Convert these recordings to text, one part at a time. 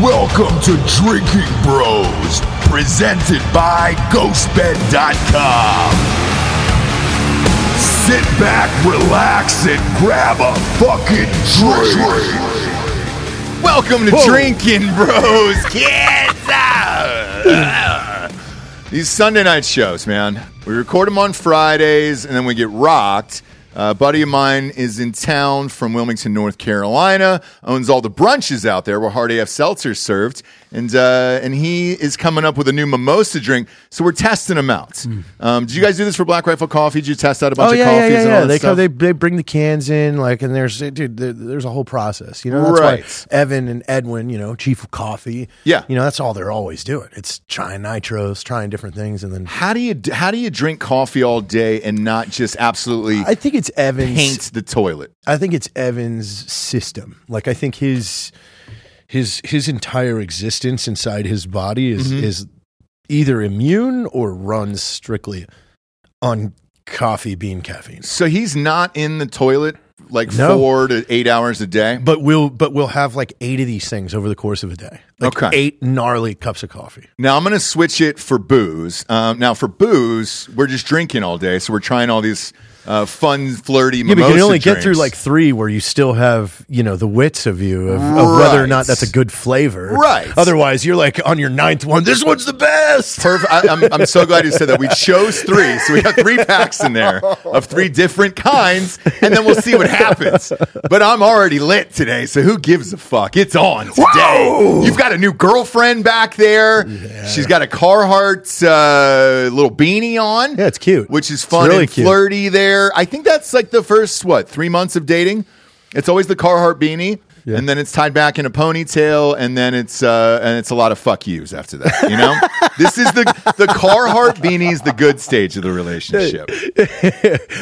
Welcome to Drinking Bros, presented by GhostBed.com. Sit back, relax, and grab a fucking drink. Welcome to Whoa. Drinking Bros, kids. Ah. These Sunday night shows, man. We record them on Fridays, and then we get rocked. Uh, a buddy of mine is in town from Wilmington, North Carolina. Owns all the brunches out there where Hard AF Seltzer served, and uh, and he is coming up with a new mimosa drink. So we're testing them out. Um, did you guys do this for Black Rifle Coffee? Did you test out a bunch of Hmm. Oh yeah, yeah, coffees yeah, and yeah. all that They stuff? come, they they bring the cans in, like, and there's dude, there, there's a whole process. You know, that's Right. why Evan and Edwin, you know, Chief of Coffee, Yeah. you know, that's all they're always doing. It's trying nitros, trying different things, and then how do you how do you drink coffee all day and not just absolutely I think it's Evan's. paint the toilet? I think it's Evan's system. Like, I think his his his entire existence inside his body is Mm-hmm. is either immune or runs strictly on coffee bean caffeine. So he's not in the toilet like No. four to eight hours a day. But we'll but we'll have like eight of these things over the course of a day. Like Okay. eight gnarly cups of coffee. Now I'm going to switch it for booze. Um, now for booze, we're just drinking all day, so we're trying all these uh, fun, flirty. Yeah, but you can mimosa only get through drinks. like three where you still have, you know, the wits of you of, of whether or Right. not that's a good flavor. Right. Otherwise you're like on your ninth one, this one's the best. Perfect. I, I'm, I'm so glad you said that. We chose three, so we got three packs in there of three different kinds, and then we'll see what happens. But I'm already lit today, so who gives a fuck? It's on today. Whoa! You've got a new girlfriend back there. She's got a Carhartt uh, little beanie on. Yeah, it's cute. which is It's fun really and cute. flirty. There, I think that's like the first what three months of dating. It's always the Carhartt beanie. Yeah. And then it's tied back in a ponytail, and then it's uh, and it's a lot of fuck yous after that. You know, this is the the Carhartt beanie is the good stage of the relationship,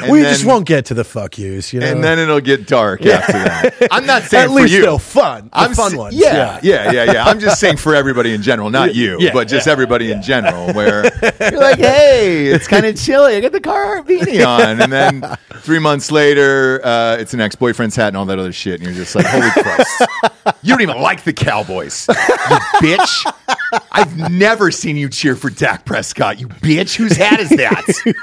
we then- just won't get to the fuck yous, you know. and then it'll get dark after that. I'm not saying at for least you. they'll fun. The I'm fun s- ones. Yeah, yeah, yeah, yeah, I'm just saying for everybody in general, not you, yeah, but just everybody in general. Where you're like, hey, it's kind of chilly. I got the car beanie on, and then three months later, uh, it's an ex boyfriend's hat and all that other shit, and you're just like, holy Christ, you don't even like the Cowboys, you bitch. I've never seen you cheer for Dak Prescott, you bitch. Whose hat is that?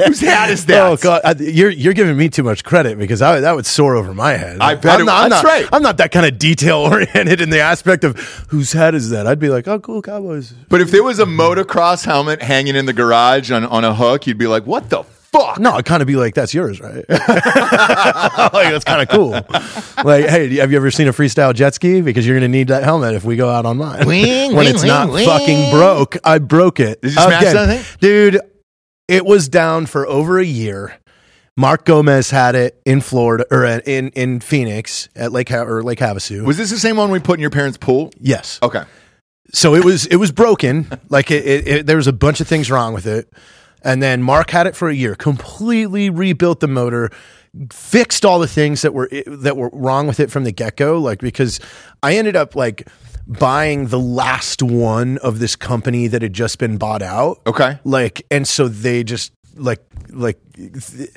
Whose hat is that? Oh god, I, you're you're giving me too much credit because I, that would soar over my head. I bet I'm it- not, I'm that's not- right. I'm not that kind of detail oriented in the aspect of whose head is that. I'd be like, oh cool, Cowboys. But if there was a motocross helmet hanging in the garage on, on a hook, you'd be like, what the fuck? No, I'd kind of be like, that's yours, right? like that's kind of cool. Like, hey, have you ever seen a freestyle jet ski? Because you're gonna need that helmet if we go out on mine. Wing, when wing, it's wing, not wing. fucking broke, I broke it. Did you smash Again. that thing? dude? It was down for over a year. Mark Gomez had it in Florida or at- in in Phoenix at Lake ha- or Lake Havasu. Was this the same one we put in your parents' pool? yes. Okay. So it was it was broken. Like it, it, it, there was a bunch of things wrong with it, and then Mark had it for a year. Completely rebuilt the motor, fixed all the things that were that were wrong with it from the get go. Like because I ended up like buying the last one of this company that had just been bought out. Okay. Like and so they just like like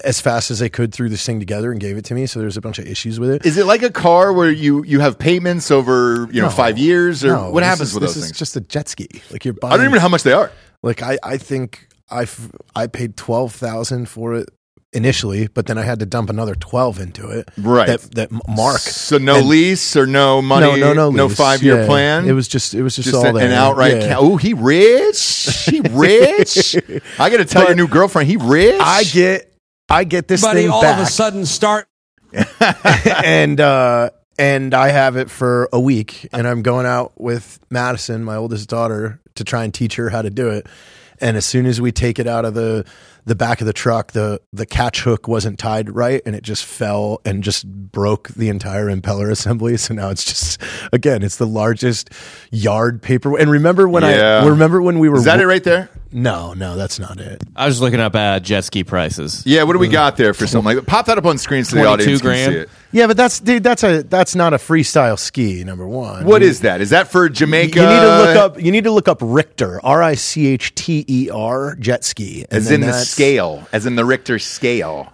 as fast as they could threw this thing together and gave it to me. So there's a bunch of issues with it. Is it like a car where you, you have payments over you know No. five years or No, what this happens is- with this those is things? just a jet ski. Like you're buying. I don't even know how much they are. Like I, I think I, f- I paid twelve thousand for it initially, but then I had to dump another twelve into it. Right. That, that M- Mark. So no And- lease or no money, no, no, no, lease. five year Yeah. plan. It was just, it was just, just all an, there. an outright. Yeah. Ca- oh, he rich. He rich. I got to tell your new girlfriend, he rich. I get, I get this buddy thing all back, of a sudden start and uh, and I have it for a week, and I'm going out with Madison, my oldest daughter, to try and teach her how to do it. And as soon as we take it out of the the back of the truck, the the catch hook wasn't tied right, and it just fell and just broke the entire impeller assembly. So now it's just again, it's the largest yard paper. And remember when Yeah. I remember when we were Is that it right there? No, no, that's not it. I was just looking up uh, jet ski prices. Yeah. What do Uh, we got there for something like that? Pop that up on screen so the 22 audience can grand. see it. Yeah, but that's dude, that's a that's not a freestyle ski. Number one, What is that? Is that for Jamaica? You need to look up. You need to look up Richter. R i c h t e r jet ski. and as then in the that's- scale, as in the Richter scale.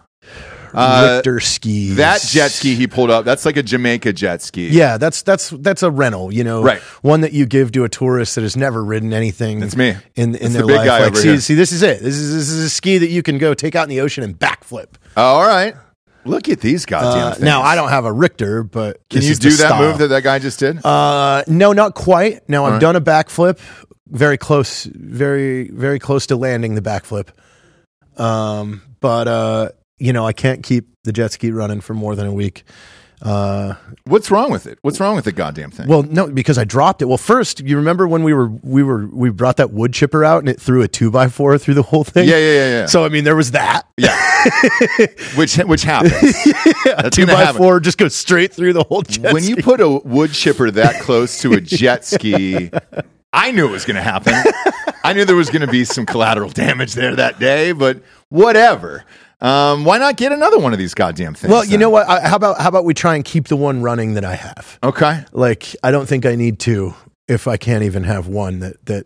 Uh, Richter skis. That jet ski he pulled up, that's like a Jamaica jet ski. Yeah, that's that's that's a rental, you know, Right. One that you give to a tourist that has never ridden anything. That's me. in in That's their the big life. guy like, over see, here. see, this is it. This is this is a ski that you can go take out in the ocean and backflip. Uh, all right. Look at these goddamn Uh, things. now I don't have a Richter, but Can this you is the do that style. move that that guy just did? Uh, no, not quite. No, I've right. done a backflip, very close, very very close to landing the backflip. Um, but uh, you know, I can't keep the jet ski running for more than a week. Uh, What's wrong with it? What's wrong with the goddamn thing? well, no, because I dropped it. Well, first, you remember when we were we were we brought that wood chipper out and it threw a two by four through the whole thing. Yeah, yeah, yeah, yeah. So I mean, there was that which which happens That's two gonna by happen. four just goes straight through the whole jet when ski. you put a wood chipper that close to a jet ski. I knew it was going to happen. I knew there was going to be some collateral damage there that day, but whatever. Um, why not get another one of these goddamn things? well, you then? know what? I, how about how about we try and keep the one running that I have? Okay. like I don't think I need two if I can't even have one that that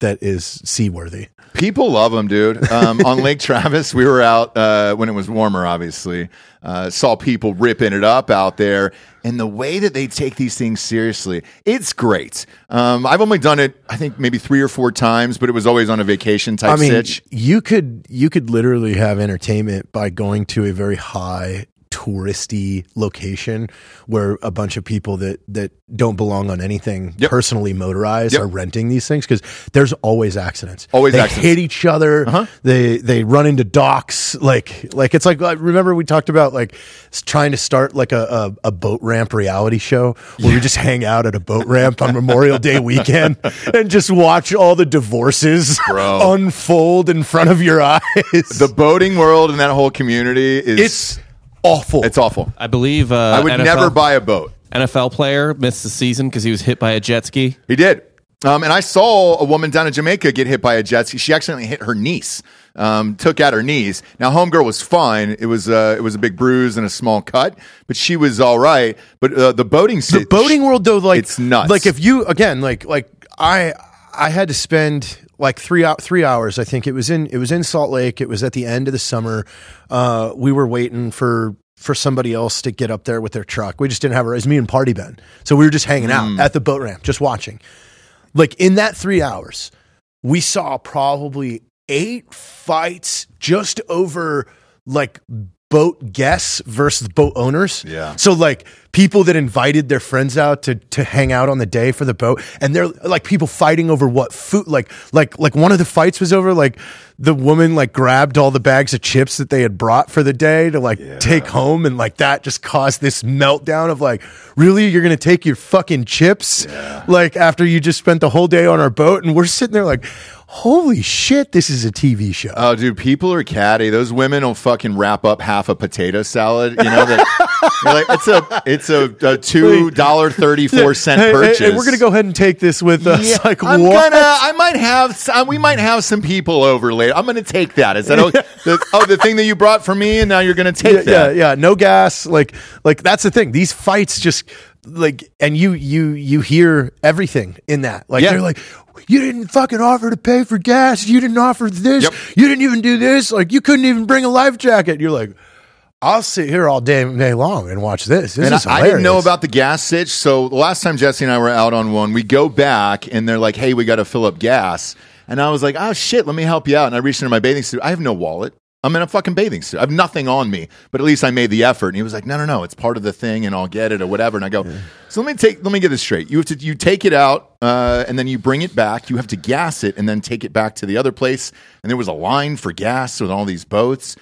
that is seaworthy. People love them, dude. Um, on Lake Travis, we were out uh, when it was warmer, obviously. Uh, saw people ripping it up out there. And the way that they take these things seriously, it's great. Um, I've only done it, I think, maybe three or four times, but it was always on a vacation type I mean, sitch. you could you could literally have entertainment by going to a very high touristy location where a bunch of people that that don't belong on anything Yep. personally motorized Yep. are renting these things because there's always accidents Always they accidents. Uh-huh. hit each other they they run into docks like like it's like I remember we talked about like s- trying to start like a, a, a boat ramp reality show where we just hang out at a boat ramp on Memorial Day weekend and just watch all the divorces Bro. unfold in front of your eyes. The boating world and that whole community is it's awful. it's awful. I believe uh, I would NFL, never buy a boat. NFL player missed the season because he was hit by a jet ski. He did. Um, and I saw a woman down in Jamaica get hit by a jet ski. She accidentally hit her niece, um, took out her knees. Now, homegirl was fine. It was uh, it was a big bruise and a small cut, but she was all right. But uh, the boating, the boating world though like It's nuts. like if you again like like i i had to spend like three out three hours i think it was in it was in salt lake it was at the end of the summer uh we were waiting for for somebody else to get up there with their truck we just didn't have it was me and party ben so we were just hanging Mm. out at the boat ramp just watching like in that three hours we saw probably eight fights just over like boat guests versus boat owners. Yeah. So like people that invited their friends out to to hang out on the day for the boat, and they're like people fighting over what food. Like like like one of the fights was over like the woman like grabbed all the bags of chips that they had brought for the day to like take home, and like that just caused this meltdown of like really you're gonna take your fucking chips like after you just spent the whole day on our boat, and we're sitting there like. Holy shit, this is a TV show. Oh, dude, people are catty. Those women will fucking wrap up half a potato salad. You know that you're like it's a it's a, a two dollar thirty four cent Hey, hey, hey, purchase. we're gonna go ahead and take this with us. Yeah, Like I'm what? gonna. I might have. Some, we might have some people over later. I'm gonna take that. Is that okay? the, oh the thing that you brought for me, and now you're gonna take yeah, yeah, that? yeah. No gas. Like, like that's the thing. These fights just like, and you, you, you hear everything in that. Like, Yeah. they're like, you didn't fucking offer to pay for gas. You didn't offer this. Yep. You didn't even do this. Like, you couldn't even bring a life jacket. You're like, I'll sit here all day, day long and watch this. This And is I, I hilarious. didn't know about the gas sitch. So the last time Jesse and I were out on one, we go back and they're like, "Hey, we got to fill up gas." And I was like, "Oh shit, let me help you out." And I reached into my bathing suit. I have no wallet. I'm in a fucking bathing suit. I have nothing on me, but at least I made the effort. And he was like, "No, no, no, it's part of the thing, and I'll get it or whatever." And I go, "So let me take, let me get this straight. You have to, you take it out, uh, and then you bring it back. You have to gas it, and then take it back to the other place. And there was a line for gas with all these boats."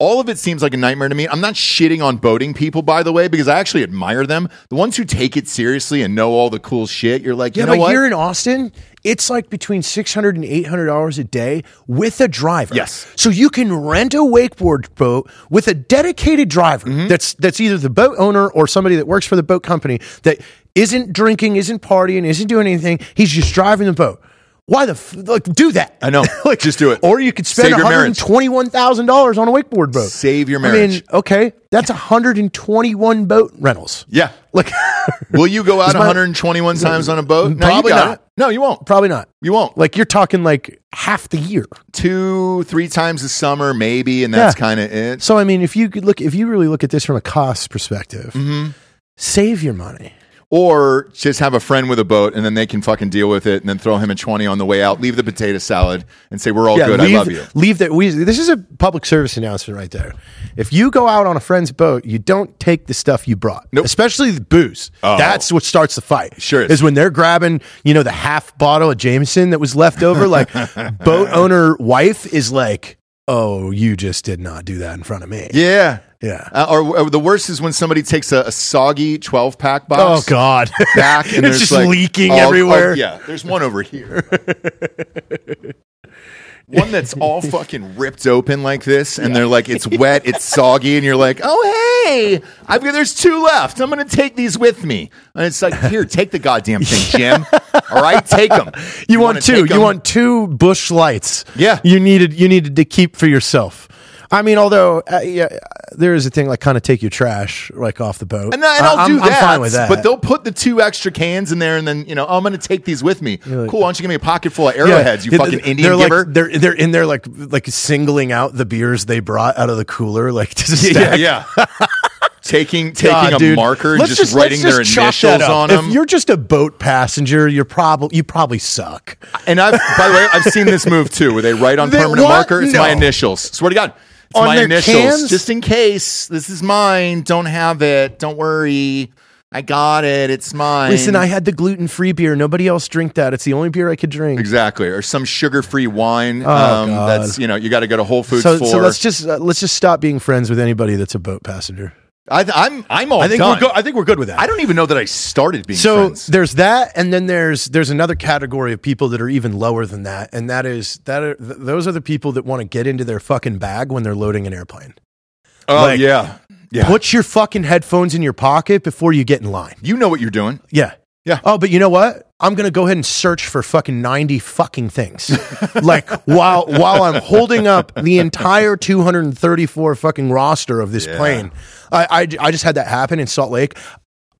All of it seems like a nightmare to me. I'm not shitting on boating people, by the way, because I actually admire them. The ones who take it seriously and know all the cool shit, you're like, you Yeah, know but what? here in Austin, it's like between six hundred and eight hundred dollars a day with a driver. Yes. so you can rent a wakeboard boat with a dedicated driver Mm-hmm. that's that's either the boat owner or somebody that works for the boat company that isn't drinking, isn't partying, isn't doing anything. He's just driving the boat. Why the f- like do that? I know. Just do it. Or you could spend Save one your hundred marriage. and twenty-one thousand dollars on a wakeboard boat. Save your I mean, marriage. okay, that's hundred and twenty-one boat rentals. yeah. Like, Will you go out my- 121 times on a boat? No, you Probably got not. it. No, you won't. Probably not. You won't. Like you're talking like half the year. two, three times a summer, maybe, and that's Yeah. kind of it. So I mean, if you could look, if you really look at this from a cost perspective, Mm-hmm. save your money. Or just have a friend with a boat, and then they can fucking deal with it, and then throw him a twenty on the way out. Leave the potato salad, and say we're all good. leave, I love you. Leave that. We this is a public service announcement right there. If you go out on a friend's boat, you don't take the stuff you brought, Nope. Oh. especially the booze. That's what starts the fight. Sure is. is when they're grabbing you know the half bottle of Jameson that was left over. Like boat owner wife is like, oh, you just did not do that in front of me. Yeah. Yeah. Uh, or, or the worst is when somebody takes a, a soggy twelve pack Oh box. God. Back and It's there's just like, leaking oh, oh, everywhere. yeah, there's one over here. one that's all fucking ripped open like this, and they're like, it's wet, it's soggy, and you're like, oh hey, I've got there's two left. I'm gonna take these with me, and it's like, here, take the goddamn thing, Jim. all right, take them. You, want two. You want two bush lights. Yeah. You needed you needed to keep for yourself. I mean, although uh, yeah, uh, there is a thing like kind of take your trash like off the boat, And, I- and I- I'll I'm- do I'm that, fine with that. But they'll put the two extra cans in there, and then you know, oh, I'm going to take these with me. cool. Why don't you give me a pocket full of Yeah. arrowheads? You They're- fucking Indian they're like, giver. They're they're in there like like singling out the beers they brought out of the cooler, like to yeah, stack. yeah. taking taking God, a dude. marker and Let's just, let's writing their just chalk initials that up. on If them. you're just a boat passenger, you're probably you probably suck. And I've by the way, I've seen this move too, where they write on They- permanent what? marker. It's my No. initials. Swear to God. It's On my their initials. cans? Just in case. This is mine. Don't have it. Don't worry. I got it. It's mine. Listen, I had the gluten free beer. Nobody else drink that. It's the only beer I could drink. Exactly, or some sugar-free wine. um, God. that's you know you got to go to Whole Foods So, for. so let's just uh, let's just stop being friends with anybody that's a boat passenger. I th- I'm I'm all done. I think we're good with that. I don't even know that I started being so friends. there's that, and then there's there's another category of people that are even lower than that, and that is that are, th- those are the people that want to get into their fucking bag when they're loading an airplane. oh like- yeah, yeah. Put your fucking headphones in your pocket before you get in line. you know what you're doing. Yeah. Yeah. Oh, but you know what? I'm gonna go ahead and search for fucking ninety fucking things, like while while I'm holding up the entire 234 fucking roster of this Yeah. plane. I, I I just had that happen in Salt Lake.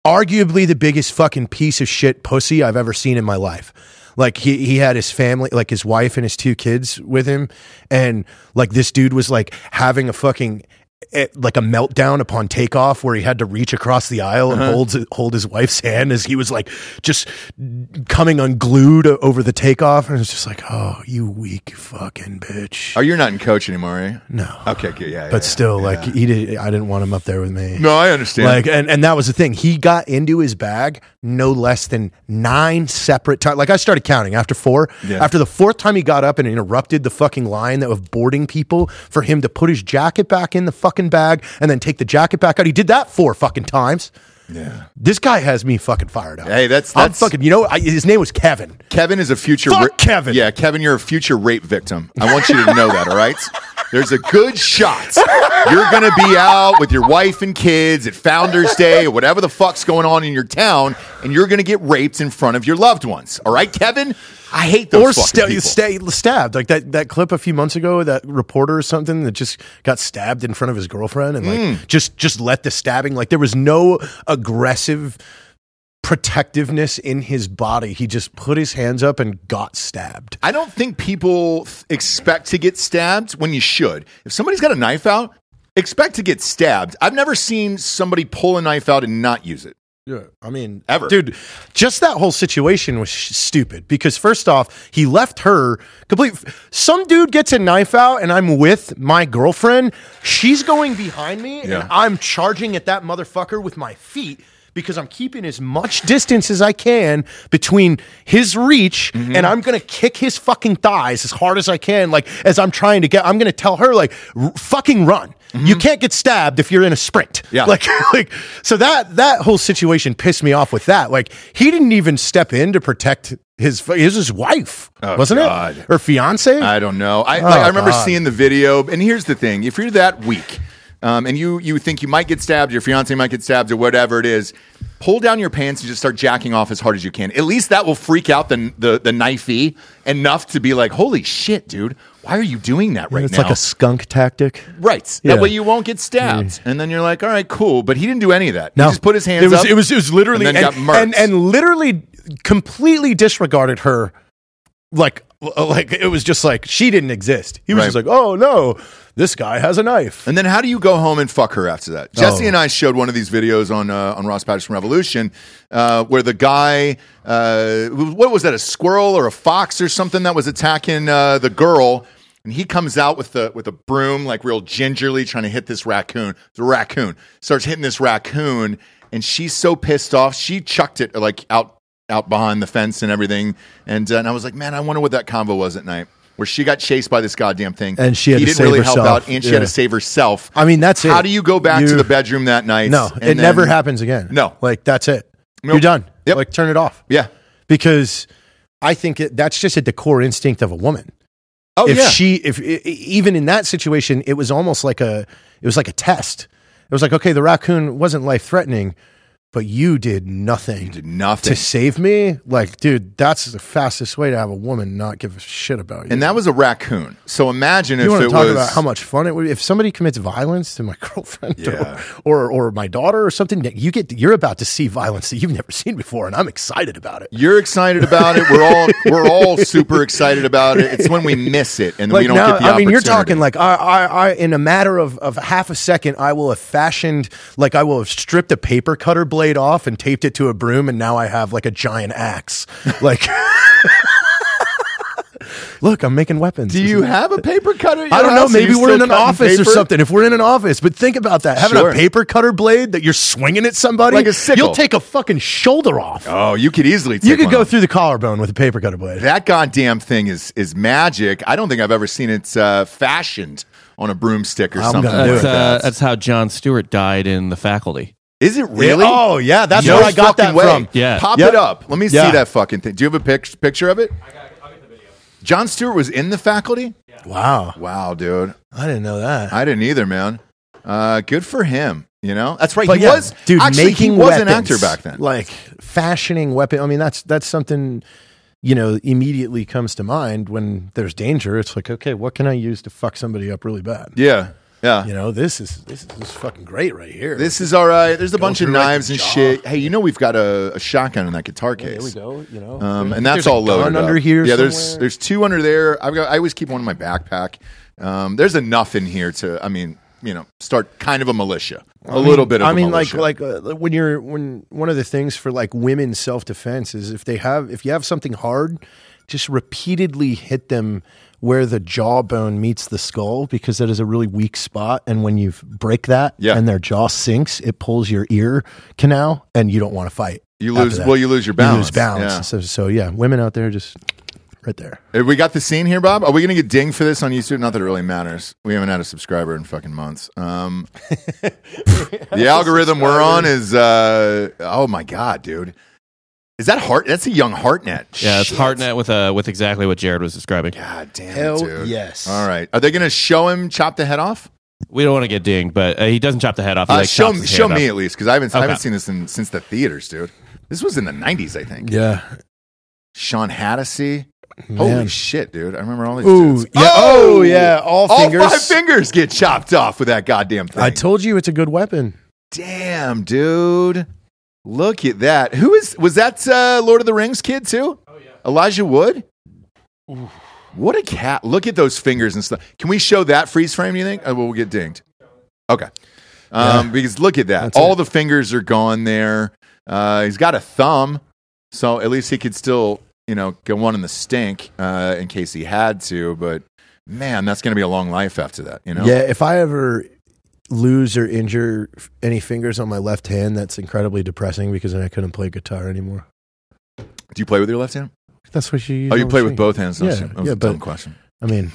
Arguably the biggest fucking piece of shit pussy I've ever seen in my life. Like he he had his family, like his wife and his two kids with him, and like this dude was like having a fucking. eh, like a meltdown upon takeoff, where he had to reach across the aisle and holds hold his wife's hand as he was like just coming unglued o- over the takeoff, and it's just like, oh, you weak fucking bitch. Oh, you're not in coach anymore, are you? no, Okay, good. Yeah, yeah, but yeah. still, like he did. I didn't want him up there with me. No, I understand. Like, and, and that was the thing. He got into his bag no less than nine separate times. Like, I started counting after four. Yeah. After the fourth time he got up and interrupted the fucking line that was boarding people for him to put his jacket back in the fucking bag and then take the jacket back out. He did that four fucking times. yeah. This guy has me fucking fired up. Hey, that's- I'm that's- fucking. You know, I, his name was Kevin. Kevin is a future. Fuck Kevin. Yeah, Kevin, you're a future rape victim. I want you to know that. All right. There's a good shot. You're gonna be out with your wife and kids at Founder's Day or whatever the fuck's going on in your town, and you're gonna get raped in front of your loved ones. All right, Kevin. I hate those or fucking sta- people. sta- stabbed like that that clip a few months ago that reporter or something that just got stabbed in front of his girlfriend and like Hmm. just just let the stabbing like there was no aggressive protectiveness in his body he just put his hands up and got stabbed I don't think people th- expect to get stabbed when you should. If somebody's got a knife out, expect to get stabbed. I've never seen somebody pull a knife out and not use it. yeah i mean Ever. dude just that whole situation was sh- stupid because first off he left her complete some dude gets a knife out and i'm with my girlfriend she's going behind me Yeah. and I'm charging at that motherfucker with my feet because I'm keeping as much distance as I can between his reach Mm-hmm. and I'm going to kick his fucking thighs as hard as I can like as I'm trying to get I'm going to tell her like r- fucking run. You Mm-hmm. can't get stabbed if you're in a sprint. Yeah. Like like so that that whole situation pissed me off with that. Like he didn't even step in to protect his fu- it was his wife, wasn't Oh, God. it? Or fiance? I don't know. I, like, Oh, I remember God. seeing the video, and here's the thing: if you're that weak, um, and you you think you might get stabbed, your fiance might get stabbed, or whatever it is, pull down your pants and just start jacking off as hard as you can. At least that will freak out the the, the knifey enough to be like, "Holy shit, dude! Why are you doing that right it's now?" like a skunk tactic. Right. Yeah. That way you won't get stabbed. And then you're like, all right, cool. But he didn't do any of that. No. He just put his hands it was, up. It was, it was literally and then got murked. and, and literally completely disregarded her. Like, uh, like it was just like she didn't exist. He was Right. just like, oh no, this guy has a knife. And then how do you go home and fuck her after that? Jesse Oh. and I showed one of these videos on uh, on Ross Patterson Revolution uh, where the guy, uh, what was that, a squirrel or a fox or something that was attacking uh, the girl. And he comes out with the with a broom, like real gingerly, trying to hit this raccoon. The raccoon starts hitting this raccoon, and she's so pissed off, she chucked it like out out behind the fence and everything. And, uh, and I was like, man, I wonder what that convo was at night, where she got chased by this goddamn thing, And she had he to didn't save really help herself. out, and she had Yeah. to save herself. I mean, that's it. How do you go back to You- the bedroom that night? No, and it never then- happens again. No. like that's it. Nope. You're done. Yep. Like turn it off Yeah. because I think it, that's just at the core instinct of a woman. Oh if yeah. she if e- e- even in that situation it was almost like a it was like a test it was like okay the raccoon wasn't life threatening but you did nothing did to nothing. save me like dude that's the fastest way to have a woman not give a shit about you and that was a raccoon. So imagine you if want to it talk was about how much fun it would be if somebody commits violence to my girlfriend Yeah. or, or or my daughter or something that you get you're about to see violence that you've never seen before and i'm excited about it you're excited about it. We're all we're all super excited about it. It's when we miss it and we don't get the I mean, you're opportunity. talking like I, I, I, in a matter of, of half a second, I will have fashioned, like I will have stripped a paper cutter blade off and taped it to a broom, and now I have like a giant axe. Like, look, I'm making weapons. Do you have a paper cutter? at your I don't know. house? Are Maybe you we're in still an cutting office or paper? something. If we're in an office, but think about that. Having Sure. a paper cutter blade that you're swinging at somebody, Like a sickle. you'll take a fucking shoulder off. Oh, you could easily. Take you could one go off. through the collarbone with a paper cutter blade. That goddamn thing is is magic. I don't think I've ever seen it uh, fashioned on a broomstick or I'm something gonna do like That's, it. uh, that. that's how John Stewart died in the faculty. Is it really? Oh yeah, that's No where I got fucking that way. from. Yeah. Pop Yep. it up. Let me see Yeah. that fucking thing. Do you have a pic- picture of it? I got, I'll get the video. John Stewart was in the faculty? Wow. Wow, dude. I didn't know that. I didn't either, man. Uh, good for him. You know? That's right. But he yeah, was actually, he was an actor back then. Like fashioning weapon. I mean, that's that's something you know immediately comes to mind when there's danger. It's like, okay, what can I use to fuck somebody up really bad? yeah. Yeah. You know, this is this is, this is fucking great right here. This is all right. There's a bunch of through, like, knives the and jaw. shit. Hey, you know we've got a, a shotgun in that guitar case. there we go. You know, Um, There's- and that's Oh, there's a all loaded gun up. under here. Yeah, there's somewhere. there's two under there. I've got. I always keep one in my backpack. Um, there's enough in here to. I mean, you know, start kind of a militia, a little bit. of I a mean, like militia. like uh, when you're when one of the things for like women's self defense is if they have if you have something hard, just repeatedly hit them where the jawbone meets the skull because that is a really weak spot, and when you break that Yeah. and their jaw sinks, it pulls your ear canal, and you don't want to fight. You after lose- that. well, you lose your You balance, lose balance. yeah. So, so yeah, women out there just right there. Have we got the scene here, Bob? Are we going to get dinged for this on YouTube? Not that it really matters. We haven't had a subscriber in fucking months. Um, the algorithm we're on is uh, oh my god, dude. Is that heart? That's a young Hartnett. Yeah, it's Shit. Hartnett with uh, with exactly what Jared was describing. God damn Hell it, dude. yes. All right. Are they going to show him chop the head off? We don't want to get dinged, but uh, he doesn't chop the head off. He, Uh, like, show chops his show hand me off. at least because I haven't I Okay. haven't seen this in, since the theaters, dude. This was in the '90s, I think. Yeah. Sean Hattasey. Man. Holy shit, dude! I remember all these. Ooh, dudes. yeah. Oh, yeah. All fingers. five fingers get chopped off with that goddamn thing. I told you it's a good weapon. Damn, dude! Look at that. Who is? Was that uh, Lord of the Rings kid too? Oh yeah. Elijah Wood. What a cat! Look at those fingers and stuff. Can we show that freeze frame? Do you think? Oh, well, we'll get dinged. Okay. Um, Because look at that. That's All it. the fingers are gone there. Uh, he's got a thumb, so at least he could still, you know, get one in the stink uh, in case he had to. But man, that's going to be a long life after that. You know. Yeah, if I ever lose or injure f- any fingers on my left hand, that's incredibly depressing because then I couldn't play guitar anymore. Do you play with your left hand? That's what you use. Oh, you on the play with string. both hands. That was, Yeah, that was yeah, a dumb but- question. I mean,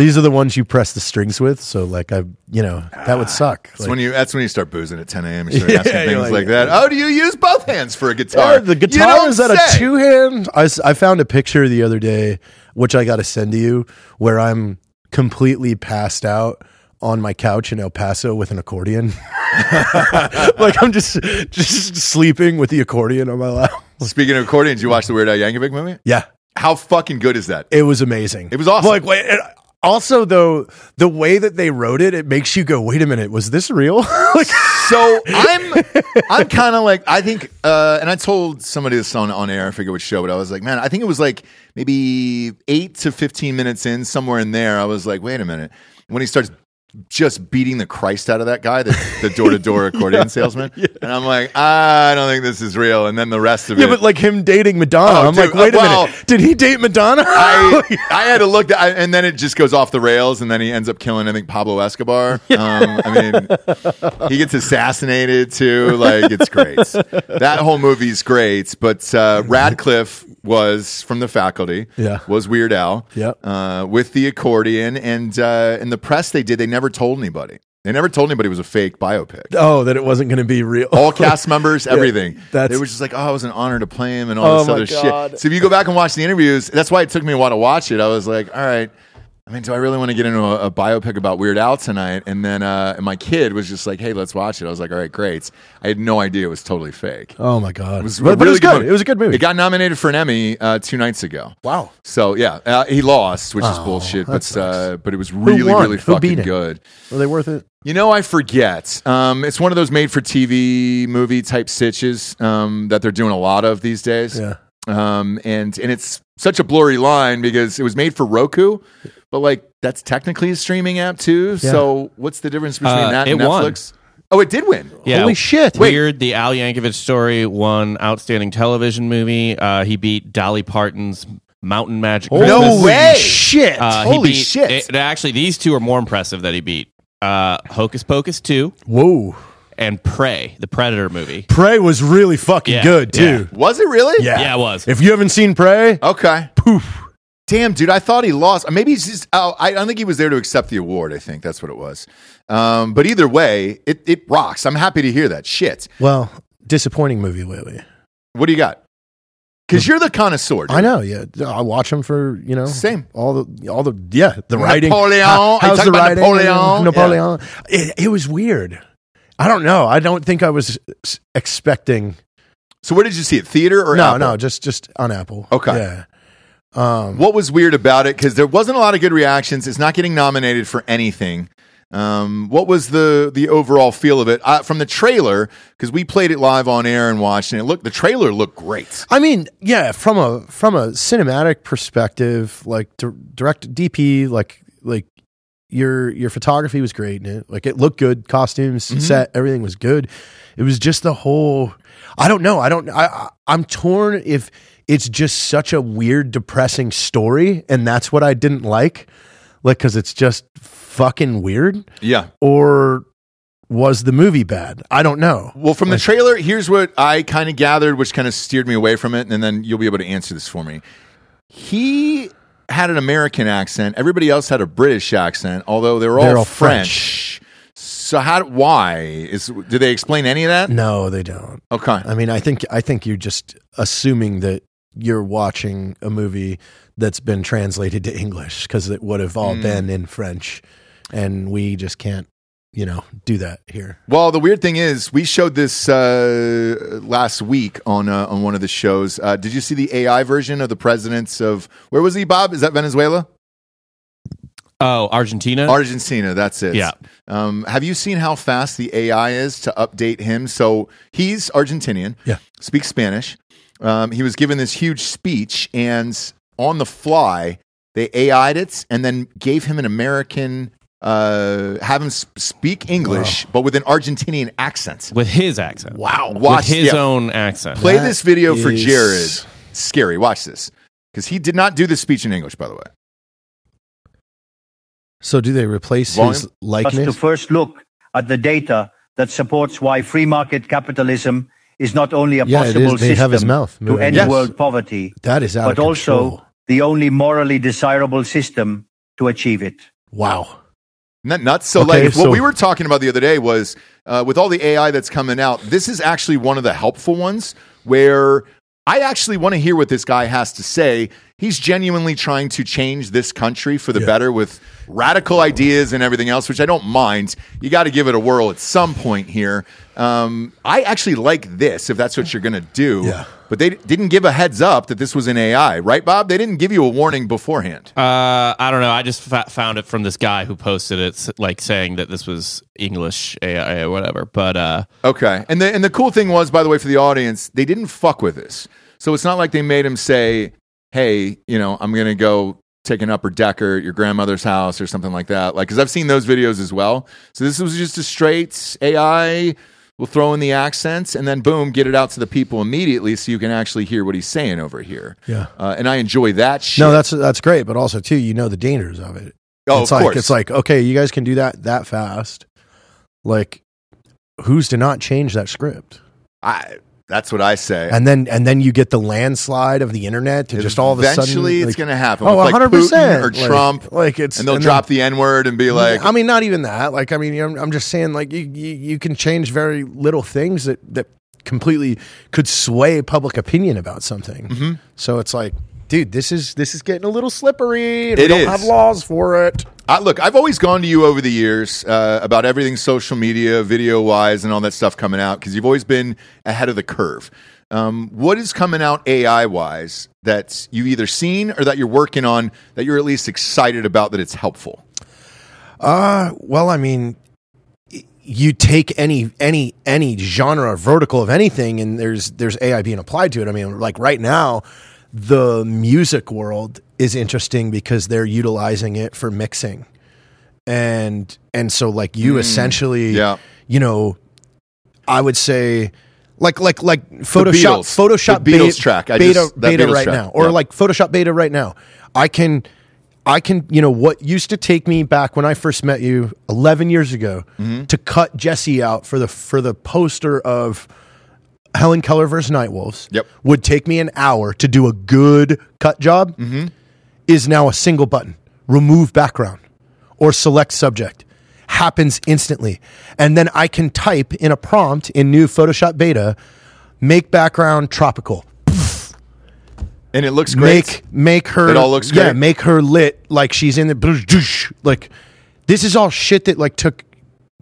these are the ones you press the strings with. So, like, I, you know, that would suck. Ah, That's Like, when you. That's when you start boozing at 10 a.m. You start Yeah, asking you're things like, like- uh, that. Oh, do you use both hands for a guitar? Yeah, oh, the You guitar don't is at say. a two hand. I, s- I found a picture the other day, which I got to send to you, where I'm completely passed out on my couch in El Paso with an accordion. like I'm just just sleeping with the accordion on my lap. Speaking of accordion, did you watch the Weird Al Yankovic movie? Yeah, How fucking good is that? It was amazing. It was awesome. Like, wait, and Also, though, the way that they wrote it, it makes you go, wait a minute, was this real? like, So I'm I'm kind of like I think, uh, and I told somebody this on on air. I forget which show, but I was like, man, I think it was like maybe eight to fifteen minutes in, somewhere in there. I was like, wait a minute, when he starts just beating the Christ out of that guy, the the door to door accordion salesman, and I'm like, I don't think this is real. And then the rest of yeah, it, but like him dating Madonna. Oh, I'm dude, like, wait a well- minute, did he date Madonna? I I had to look, I, and then it just goes off the rails, and then he ends up killing I think Pablo Escobar. Um, I mean, he gets assassinated too. Like it's great. That whole movie's great. But uh, Radcliffe was from the faculty. Yeah. was Weird Al. Yep. uh, with the accordion and uh, and the press they did. They never told anybody. They never told anybody it was a fake biopic oh, that it wasn't going to be real. all cast members, everything. that's- they were just like, "Oh, it was an honor to play him," and all Oh, this my other God. shit. So if you go back and watch the interviews, that's why it took me a while to watch it. I was like, "All right." I mean, do I really want to get into a, a biopic about Weird Al tonight? And then uh, and my kid was just like, "Hey, let's watch it." I was like, "All right, great." I had no idea it was totally fake. oh my god, was a but, but really it was good good. movie. It was a good movie. It got nominated for an Emmy uh, two nights ago. wow. So yeah, uh, he lost, which is bullshit. But uh, but it was really won? really Oh, Who beat fucking him? good. Were they worth it? You know, I forget. Um, it's one of those made for TV movie type stitches um, that they're doing a lot of these days. Yeah. Um, and, and it's such a blurry line because it was made for Roku, but like that's technically a streaming app too. So what's the difference between Uh, that and it won. Netflix? Oh, it did win. Yeah. Holy shit. Weird. The Al Yankovic story won Outstanding Television Movie. Uh, he beat Dolly Parton's Mountain Magic. No Christmas. way. Shit. Uh, he Holy beat- shit. it- actually, these two are more impressive that he beat. Uh, Hocus Pocus two Whoa. and Prey, the Predator movie. Prey was really fucking Yeah, good yeah. too. Was it really? Yeah. Yeah, it was. If you haven't seen Prey, Okay. Poof. Damn, dude, I thought he lost. Maybe he's just. Oh, I don't think he was there to accept the award. I think that's what it was. Um, but either way, it, it rocks. I'm happy to hear that shit. well, disappointing movie lately. What do you got? Because you're the connoisseur. dude. I know. Yeah, I watch them for you know Same. all the all the yeah the writing. Napoleon. How- You how's talk the about writing? Napoleon? Napoleon. It, it was weird. I don't know. I don't think I was s- expecting. So where did you see it? Theater or no, Apple? no, just just on Apple. Okay. Yeah. Um, What was weird about it? Because there wasn't a lot of good reactions. It's not getting nominated for anything. Um, what was the the overall feel of it uh, from the trailer? Because we played it live on air and watched, and it looked the trailer looked great. I mean, yeah, from a from a cinematic perspective, like dir- direct DP, like like your your photography was great in it. Like it looked good, costumes, Mm-hmm. set, everything was good. It was just the whole. I don't know. I don't. I, I I'm torn if it's just such a weird, depressing story, and that's what I didn't like, like because it's just fucking weird, Yeah, or. Was the movie bad? I don't know. Well, from the trailer, here's what I kind of gathered, which kind of steered me away from it, and then you'll be able to answer this for me. He had an American accent. Everybody else had a British accent, although they were They're all, all French. French. So how? Why is? Did they explain any of that? No, they don't. Okay. I mean, I think I think you're just assuming that you're watching a movie that's been translated to English because it would have all Mm. been in French, and we just can't, you know, do that here. Well, the weird thing is, we showed this uh, last week on uh, on one of the shows. Uh, did you see the AI version of the presidents of where was he? Bob? Is that Venezuela? Oh, Argentina. Argentina, that's it. Yeah. Um, have you seen how fast the AI is to update him? So he's Argentinian. Yeah. Speaks Spanish. Um, he was given this huge speech, and on the fly, they AI'd it and then gave him an American, uh, have him sp- speak English, but with an Argentinian accent. with his accent. Wow. With Watch his yeah. own accent. Play That this video for is- Jared. Scary. Watch this. Because he did not do this speech in English, by the way. So, do they replace his Volume? us to likeness? first look at the data that supports why free market capitalism is not only a Yeah, it is. possible They system have his mouth to moving. end Yes. world poverty, that is out but of also control. the only morally desirable system to achieve it. Wow. Isn't that nuts? So, Okay, like, what so- we were talking about the other day was uh, with all the AI that's coming out, this is actually one of the helpful ones where I actually want to hear what this guy has to say. he's genuinely trying to change this country for the better with radical ideas and everything else, which I don't mind. You got to give it a whirl at some point here. Um, I actually like this if that's what you're going to do. Yeah. But they d- didn't give a heads up that this was an AI, right, Bob? They didn't give you a warning beforehand. Uh, I don't know. I just fa- found it from this guy who posted it, s- like saying that this was English AI or whatever. But uh, Okay. And the and the cool thing was, by the way, for the audience, they didn't fuck with this. So it's not like they made him say, "Hey, you know, I'm gonna go take an upper decker at your grandmother's house or something like that." Like, because I've seen those videos as well. So this was just a straight AI. We'll throw in the accents and then boom, get it out to the people immediately, so you can actually hear what he's saying over here. Yeah. Uh, and I enjoy that. Shit. No, that's that's great, but also too, you know the dangers of it. oh, it's of like course. it's like okay, you guys can do that that fast. Like, who's to not change that script? I, that's what I say. And then and then you get the landslide of the internet to just all of a sudden. Eventually, it's like, gonna happen Oh, with, like, 100 Putin percent or Trump, Like it's and they'll then- drop the N word and be like, I mean, not even that. Like, I mean, I'm, I'm just saying, like, you, you you can change very little things that that completely could sway public opinion about something. Mm-hmm. So it's like, dude, this is this is getting a little slippery. and we It don't is. have laws for it. I, look, I've always gone to you over the years uh, about everything social media, video wise, and all that stuff coming out because you've always been ahead of the curve. Um, what is coming out AI wise that you either seen or that you're working on that you're at least excited about that it's helpful? Uh, well, I mean, y- you take any any any genre or vertical of anything, and there's there's AI being applied to it. I mean, like right now, the music world is interesting because they're utilizing it for mixing, and and so like you essentially, yeah. you know, I would say. Like like like Photoshop Beatles. Photoshop The Beatles beta, track. I beta just- that beta Beatles right track. now or Yeah. like like Photoshop beta right now. I can, I can, you know, what used to take me back when I first met you 11 years ago Mm-hmm. to cut Jesse out for the, for the poster of Helen Keller versus Nightwolves Yep. would take me an hour to do a good cut job is now a single button, remove background or select subject happens instantly. And then I can type in a prompt in new Photoshop beta, make background tropical And it looks great. make make her It all looks yeah great. make her lit like she's in the like this is all shit that like took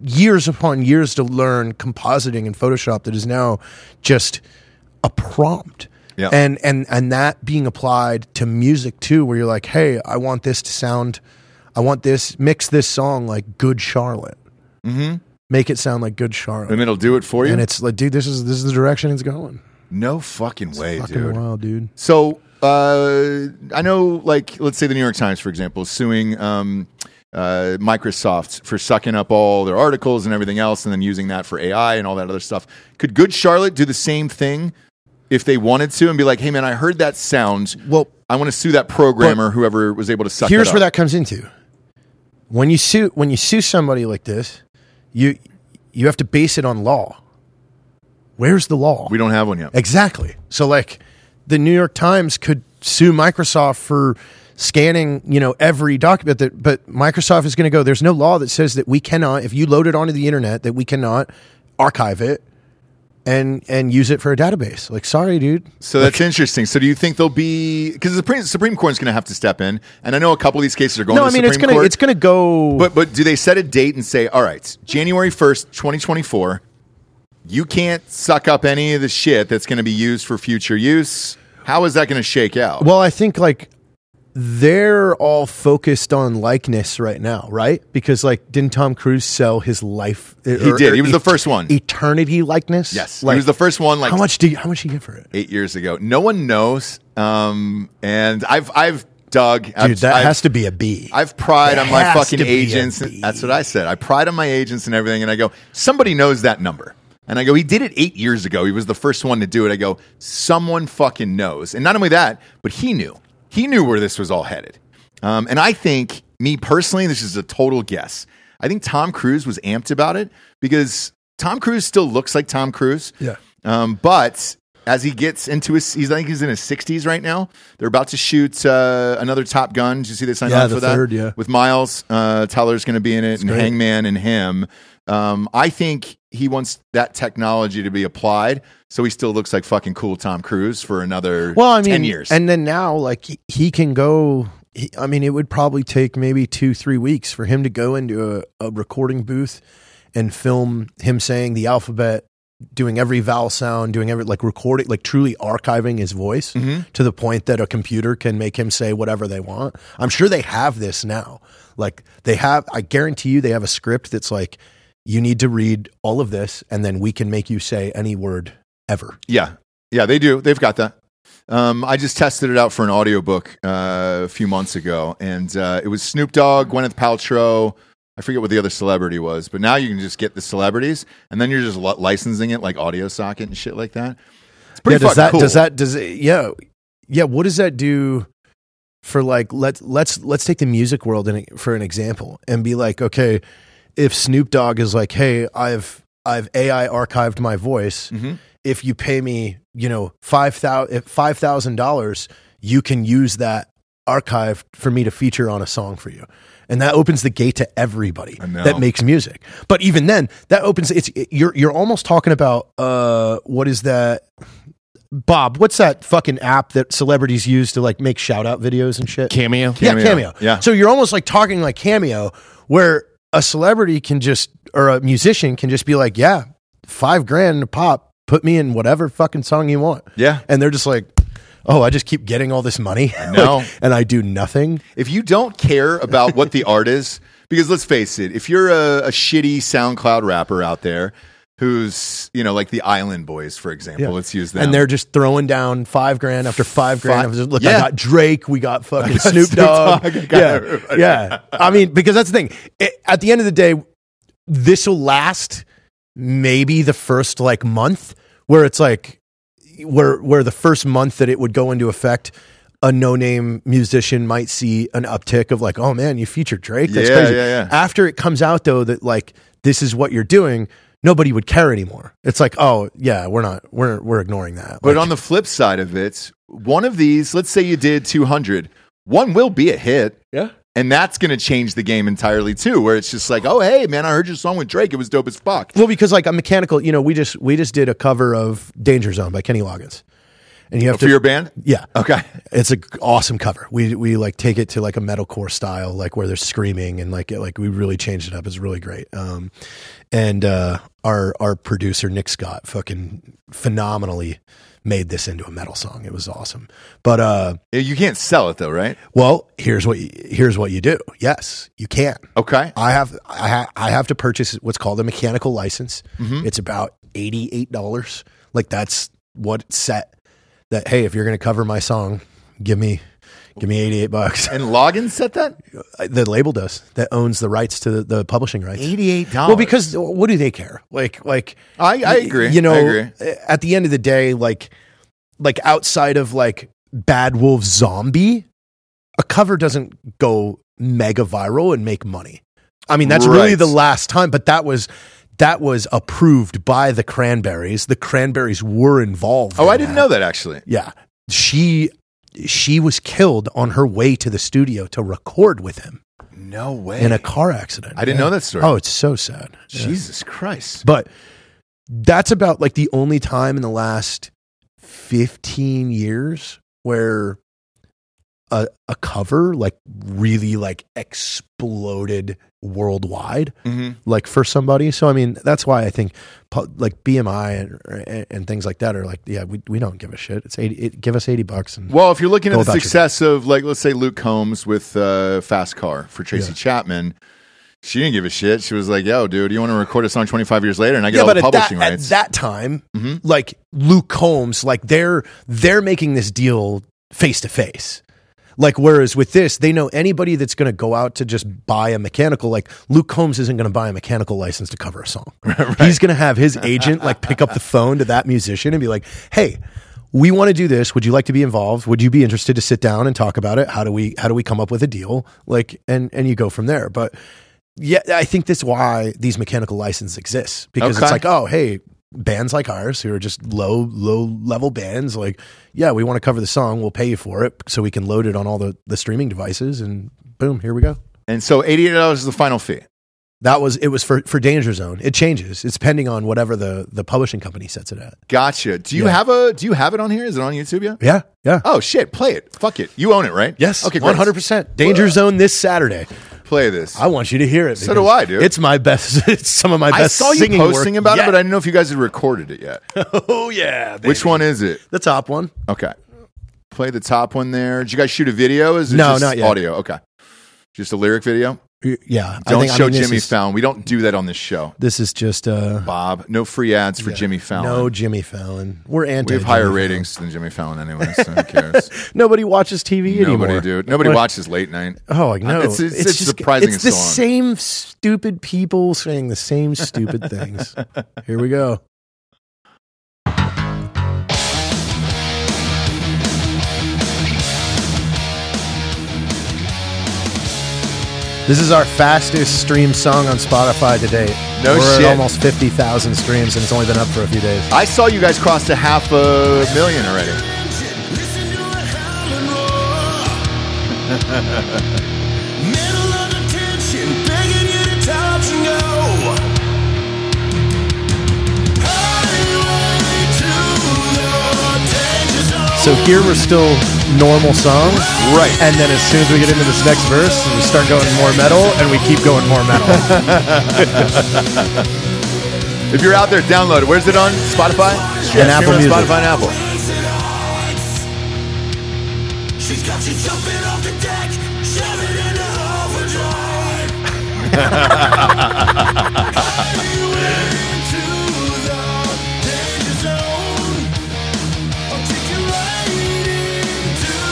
years upon years to learn compositing in photoshop that is now just a prompt Yeah. and and and that being applied to music too where you're like hey i want this to sound i want this mix this song like good charlotte mm-hmm. make it sound like good and charlotte it'll do it for you. and it's like dude this is this is the direction it's going no fucking way, fucking dude. wild dude So uh, I know, like, let's say the New York Times, for example, is suing um, uh, Microsoft for sucking up all their articles and everything else, and then using that for AI and all that other stuff. Could Good Charlotte do the same thing if they wanted to and be like, "Hey, man, I heard that sound. well I want to sue that programmer, whoever was able to suck." here's that where up." that comes into when you sue when you sue somebody like this you you have to base it on law where's the law we don't have one yet. exactly so like the new york times could sue microsoft for scanning you know every document that but microsoft is going to go there's no law that says that we cannot if you load it onto the internet that we cannot archive it and and use it for a database like sorry dude So that's interesting. So do you think there'll be because the Supreme- Supreme Court's going to have to step in, and I know a couple of these cases are going. no to i the mean Supreme it's gonna Court. it's gonna go But but do they set a date and say, all right, January first, twenty twenty four, you can't suck up any of the shit that's going to be used for future use? How is that going to shake out? Well, I think like they're all focused on likeness right now, right? Because like, didn't Tom Cruise sell his life? He did. He was the first one. Eternity likeness. yes, Like, he was the first one. Like how much do you, how much do you get for it? eight years ago. No one knows. Um, and I've I've dug. Dude, I've, that I've, has to be a B. I've pried that on my has fucking to be a agents. B. That's what I said. I pried on my agents and everything. And I go, somebody knows that number. And I go, he did it eight years ago. He was the first one to do it. I go, someone fucking knows. And not only that, but he knew. He knew where this was all headed. Um, and I think, me personally, this is a total guess. I think Tom Cruise was amped about it because Tom Cruise still looks like Tom Cruise. Yeah. Um, but as he gets into his, he's I think he's in his 60s right now. They're about to shoot uh, another Top Gun. Did you see they signed Yeah, on the for that? third, yeah. With Miles uh, Teller's going to be in it, and great. Hangman and him. Um, I think he wants that technology to be applied, so he still looks like fucking cool Tom Cruise for another well, I mean, ten years. and then now, like he, he can go. He, I mean, it would probably take maybe two, three weeks for him to go into a, a recording booth and film him saying the alphabet, doing every vowel sound, doing every like recording, like truly archiving his voice Mm-hmm. to the point that a computer can make him say whatever they want. I'm sure they have this now. Like they have, I guarantee you, they have a script that's like, you need to read all of this, and then we can make you say any word ever. Yeah. Yeah, they do. They've got that. Um, I just tested it out for an audiobook uh, a few months ago, and uh, it was Snoop Dogg, Gwyneth Paltrow. I forget what the other celebrity was, but now you can just get the celebrities, and then you're just li- licensing it like audio socket and shit like that. It's pretty yeah, does fucking that cool. does that does it, yeah yeah what does that do for like let's let's let's take the music world in, for an example and be like okay if Snoop Dogg is like hey I've I've AI archived my voice Mhm. if you pay me you know five thousand five thousand dollars you can use that archive for me to feature on a song for you and that opens the gate to everybody I know. that makes music but even then that opens it's it- you're you're almost talking about uh what is that Bob, what's that fucking app that celebrities use to like make shout out videos and shit? Cameo. Cameo. Yeah, Cameo. Yeah. So you're almost like talking like Cameo, where a celebrity can just, or a musician can just be like, yeah, five grand a pop, put me in whatever fucking song you want. Yeah. And they're just like, oh, I just keep getting all this money. know. Like, and I do nothing. If you don't care about what the art is, because let's face it, if you're a, a shitty SoundCloud rapper out there who's, you know, like the Island Boys, for example, let's use them. And they're just throwing down five grand after five grand. Fi- Just, Look, Yeah. I got Drake. We got fucking got Snoop Snoop Dogg. Dogg, I got yeah, everybody. yeah. I mean, because that's the thing. It- at the end of the day, this will last maybe the first like month where it's like where where the first month that it would go into effect. A no-name musician might see an uptick of like, oh man, you featured Drake. That's Yeah, crazy. yeah, yeah. After it comes out though that like this is what you're doing, nobody would care anymore. It's like, oh yeah, we're not, we're we're ignoring that. But Like, on the flip side of it, one of these, let's say you did 200, one will be a hit. Yeah. And that's going to change the game entirely too, where it's just like, oh, hey, man, I heard your song with Drake. It was dope as fuck. Well, because like a mechanical, you know, we just we just did a cover of Danger Zone by Kenny Loggins, and you Oh, have For to, your band? yeah, Okay. it's an awesome cover. We we like take it to like a metalcore style, like where they're screaming and like it, like we really changed it up. It's really great. Um, and uh, our our producer Nick Scott fucking phenomenally made this into a metal song. It was awesome. But uh, You can't sell it though, right? well, here's what you, here's what you do. Yes, you can. Okay. I have I, ha- I have to purchase what's called a mechanical license. It's about eighty eight dollars. Like that's what it's set. That hey, if you're going to cover my song, give me give me eighty eight bucks. And Logan said that? the label does that owns the rights to the, the publishing rights. $88. Well, because what do they care? Like like I, I agree. You know, I agree. at the end of the day, like like outside of like Bad Wolf Zombie, a cover doesn't go mega viral and make money. I mean, that's really Right. the last time, but that was that was approved by the Cranberries. The Cranberries were involved. Oh, in I didn't know that actually. Yeah. She she was killed on her way to the studio to record with him No way. in a car accident. I didn't Yeah. know that story. Oh, it's so sad. Yeah. Jesus Christ. But that's about like the only time in the last 15 years where a, a cover like really like exploded worldwide hmm like for somebody so i mean that's why i think pu- like bmi and, and, and things like that are like yeah we, we don't give a shit it's 80 it, give us 80 bucks and Well, if you're looking Go at the about your success of, like, let's say Luke Combs with uh, Fast Car for Tracy Yeah. Chapman, she didn't give a shit. She was like, yo, dude, you want to record a song 25 years later? And I get yeah, all but the at that, publishing at rights. Mm-hmm. that time, like Luke Combs, like they're they're making this deal face to face. Like whereas with this, they know anybody that's going to go out to just buy a mechanical. Like Luke Combs isn't going to buy a mechanical license to cover a song. He's going to have his agent like pick up the phone to that musician and be like, "Hey." We want to do this. Would you like to be involved? Would you be interested to sit down and talk about it? How do we how do we come up with a deal? Like and and you go from there. But yeah, I think that's why these mechanical licenses exist because Okay. it's like, oh, hey, bands like ours who are just low low level bands like yeah we want to cover the song we'll pay you for it so we can load it on all the the streaming devices and boom here we go And so eighty-eight dollars is the final fee. that was it was for for danger zone it changes it's depending on whatever the the publishing company sets it at Gotcha. Do you Yeah. have a? Do you have it on here? Is it on YouTube yet? yeah yeah Oh shit! Play it. Fuck it. You own it, right? yes Okay. One hundred 100% danger zone this saturday Play this. i I, want you to hear it Uh, So because do I, dude. it's my best it's some of my best saw you singing work posting about yet. it, but I didn't know if you guys had recorded it yet. oh yeah baby. Which one is it? the top one Okay. Play the top one there. Did you guys shoot a video? Is it No, just not yet. audio? Okay. Just a lyric video. Y- yeah I Don't think- I show mean, this Jimmy is- Fallon. We don't do that on this show. this is just uh Bob, no free ads for Jimmy Fallon. No, Jimmy Fallon. We're anti. we have higher Jimmy ratings than Jimmy Fallon anyway, so who cares? Fallon. Nobody watches TV anymore. Nobody, dude. Nobody What- watches late night. Oh, like, no! It's- it's- it's surprising It's it's the still on. same stupid people saying the same stupid things. Here we go. This is our fastest streamed song on Spotify to date. No We're shit. at almost fifty thousand streams, and it's only been up for a few days. I saw you guys cross a half a million already. So here we're still normal song. Right. And then as soon as we get into this next verse, we start going more metal and we keep going more metal. If you're out there, download it. Where's it on? Spotify? And stream Apple it on Music. Spotify and Apple. She's got you jumping off the deck, shoving in the overdrive. Guiding you into the danger zone. I'll take you right into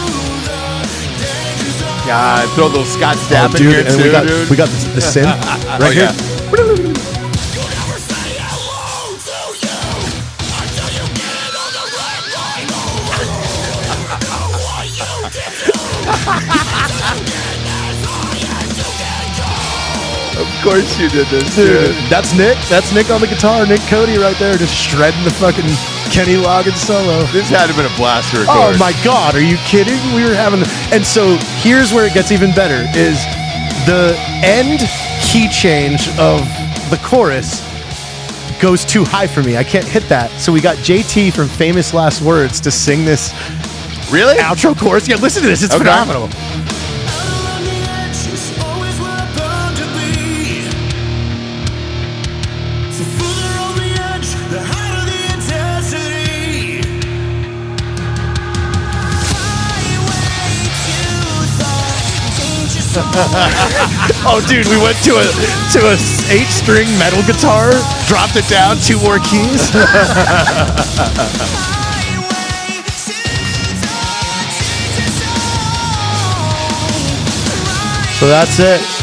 the danger zone. God, throw a little Scott Stapp in here Oh, dude, and too, dude. we got we got the, the synth oh, right here. yeah. You'll never say hello to you until you get it on the red light. Oh, what you did to Of course you did this, dude. Dude, that's Nick. That's Nick on the guitar. Nick Cody right there, just shredding the fucking Kenny Loggins solo. This had to have been a blast to record. Oh my god, are you kidding? We were having and so here's where it gets even better is the end key change of the chorus goes too high for me. I can't hit that. So we got JT from Famous Last Words to sing this Really? outro chorus. Yeah, listen to this. It's Okay. phenomenal. Out on the edge, it's always where I'm bound to be. So further on the edge, the higher the intensity. Highway to the danger zone. Oh dude, we went to a to a 8-string metal guitar, dropped it down two more keys. Highway to the danger zone. so that's Right it. to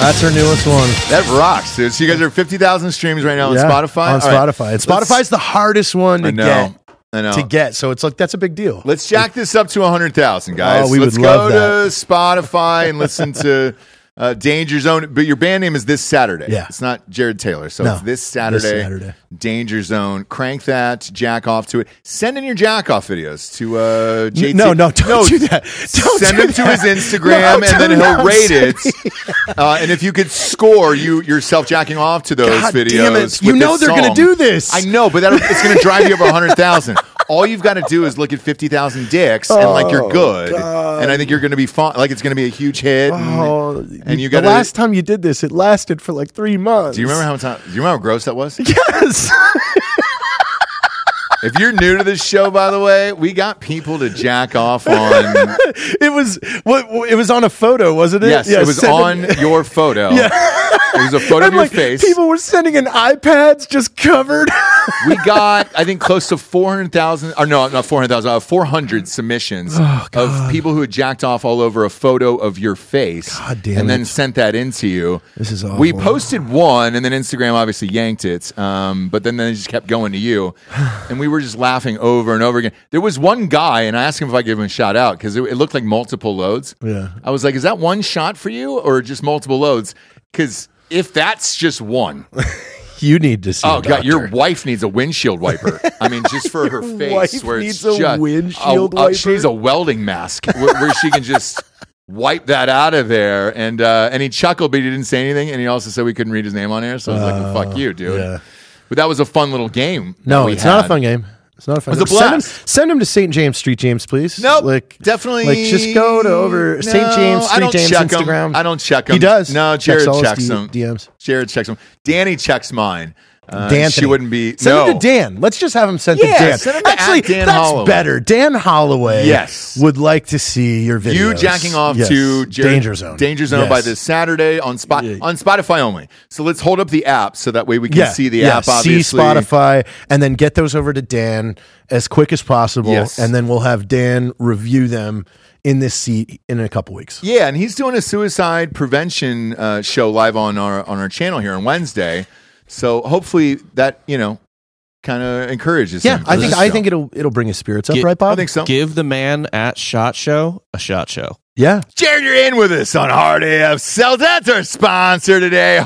That's her newest one. That rocks, dude. So you guys are 50,000 streams right now on Yeah, Spotify? On All right. Spotify. And Spotify's the hardest one to I know. get. I know. to get. So it's like that's a big deal. Let's jack this up to 100,000, guys. Oh, we Let's would go love to Spotify and listen to uh, Danger Zone. But your band name is This Saturday. Yeah. It's not Jared Taylor. So No, it's this This Saturday, Saturday. Danger Zone. Crank that, jack off to it. Send in your jack off videos to uh, JT. No, no, don't do that. Don't send do them to that. his Instagram No, and then don't- he'll no, rate it. send Uh, and if you could score you yourself jacking off to those God videos, damn it. with You know this they're gonna song. do this. I know, but that'll, it's going to drive you over hundred thousand. All you've got to do is look at fifty thousand dicks, and like Oh, you're good, and I think you're going to be fine. Like it's going to be a huge hit. Mm. and- Oh, and you the gotta- last time you did this, it lasted for like three months. do you remember how time? Do you remember how gross that was? Yes. if you're new to this show, by the way, we got people to jack off on. it was what it was on a photo, wasn't it? Yes, Yeah, it was send on your photo. It was a photo of I'm your like, face. People were sending in iPads just covered. we got I think close to 400,000 or no not 400,000 uh, 400 submissions Oh, of people who had jacked off all over a photo of your face God damn and then it. sent that in to you This is we awful. posted one and then Instagram obviously yanked it um, but then they just kept going to you and we were just laughing over and over again there was one guy and I asked him if I gave him a shout out because it, it looked like multiple loads Yeah. I was like is that one shot for you or just multiple loads because if that's just one fuck you need to see. Oh a god, your doctor? wife needs a windshield wiper. I mean, just for her face, wife where needs it's a just windshield oh, oh, She wiper? needs a welding mask where, where she can just wipe that out of there. And uh, and he chuckled, but he didn't say anything. And he also said we couldn't read his name on air, so I was like, well, "Fuck you, dude." Uh, yeah. But that was a fun little game. No, that we it's not a had. fun game. It's not a fun. It was a game. Send him, blast. send him to St. James Street, James, please. Nope, like definitely. Like just go to over St. James No, Street James check 'em. Instagram. I don't check him. He does. No, Checks Jared all his checks D- them. DMs. Jared checks them. Danny checks mine. Uh, Dan, she wouldn't be. Send no. it to Dan. Let's just have him sent Yeah, to Dan. send it to Actually, at Dan that's Holloway. better. Dan Holloway. Yes. would like to see your videos. You jacking off Yes. to Jared, Danger Zone. Danger Zone Yes. by this Saturday on spot Yeah. on Spotify only. So let's hold up the app so that way we can Yeah, see the yeah, app. Obviously, see Spotify, and then get those over to Dan as quick as possible, Yes. and then we'll have Dan review them in this seat in a couple weeks. Yeah, and he's doing a suicide prevention uh, show live on our on our channel here on Wednesday. So hopefully that you know kind of encourages. Yeah, him for I think this I show. think it'll it'll bring his spirits up, Get- right, I Bob? think so. Give the man at Shot Show a shot show. Yeah, Jared, you're in with us on Hard AF Seltzer. That's our sponsor today,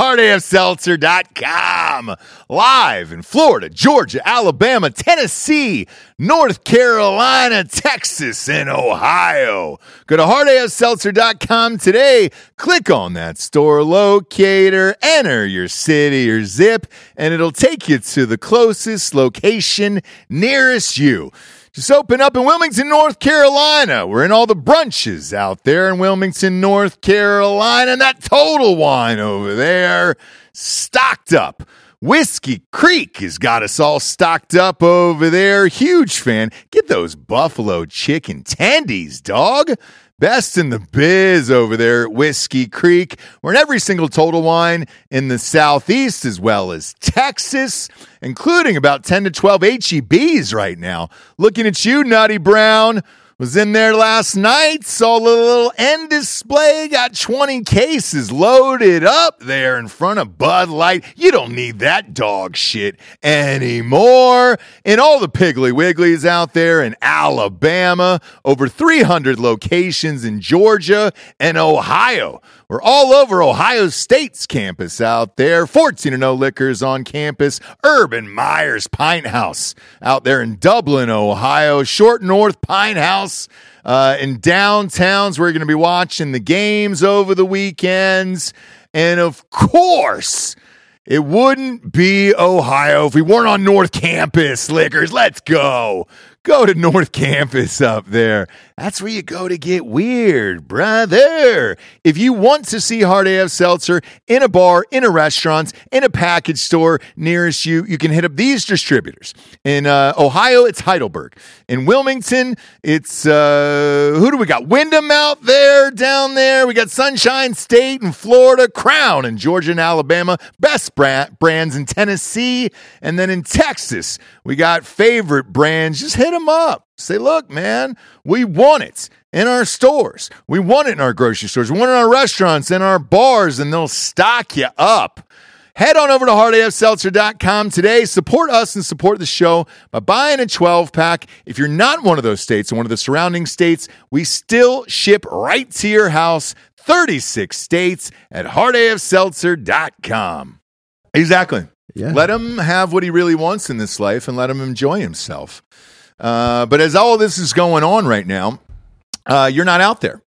hardafseltzer.com. Live in Florida, Georgia, Alabama, Tennessee, North Carolina, Texas, and Ohio. Go to hardafseltzer.com today. Click on that store locator, enter your city or zip, and it'll take you to the closest location nearest you. Just open up in Wilmington, North Carolina. We're in all the brunches out there in Wilmington, North Carolina. And that total wine over there, stocked up. Whiskey Creek has got us all stocked up over there. Huge fan. Get those buffalo chicken tendies, dog. Best in the biz over there at Whiskey Creek. We're in every single total wine in the Southeast as well as Texas, including about 10 to 12 HEBs right now. Looking at you, Nutty Brown. Was in there last night, saw a little end display, got 20 cases loaded up there in front of Bud Light. You don't need that dog shit anymore. And all the Piggly Wigglies out there in Alabama, over 300 locations in Georgia and Ohio. We're all over Ohio State's campus out there. 14 and 0 Liquors on campus. Urban Myers Pine House out there in Dublin, Ohio. Short North Pine House uh, in downtowns. We're going to be watching the games over the weekends. And of course, it wouldn't be Ohio if we weren't on North Campus, liquors. Let's go. Go to North Campus up there. That's where you go to get weird, brother. If you want to see Hard AF Seltzer in a bar, in a restaurant, in a package store nearest you, you can hit up these distributors. In uh, Ohio, it's Heidelberg. In Wilmington, it's uh, who do we got? Wyndham out there, down there. We got Sunshine State in Florida, Crown in Georgia and Alabama, best brand, brands in Tennessee, and then in Texas, we got favorite brands. Just hit them up. Say, look, man, we want it in our stores. We want it in our grocery stores. We want it in our restaurants, in our bars, and they'll stock you up. Head on over to hardafseltzer.com today. Support us and support the show by buying a 12 pack. If you're not one of those states or one of the surrounding states, we still ship right to your house, 36 states at hardafseltzer.com. Exactly. Yeah. Let him have what he really wants in this life and let him enjoy himself. Uh, but as all this is going on right now, uh, you're not out there.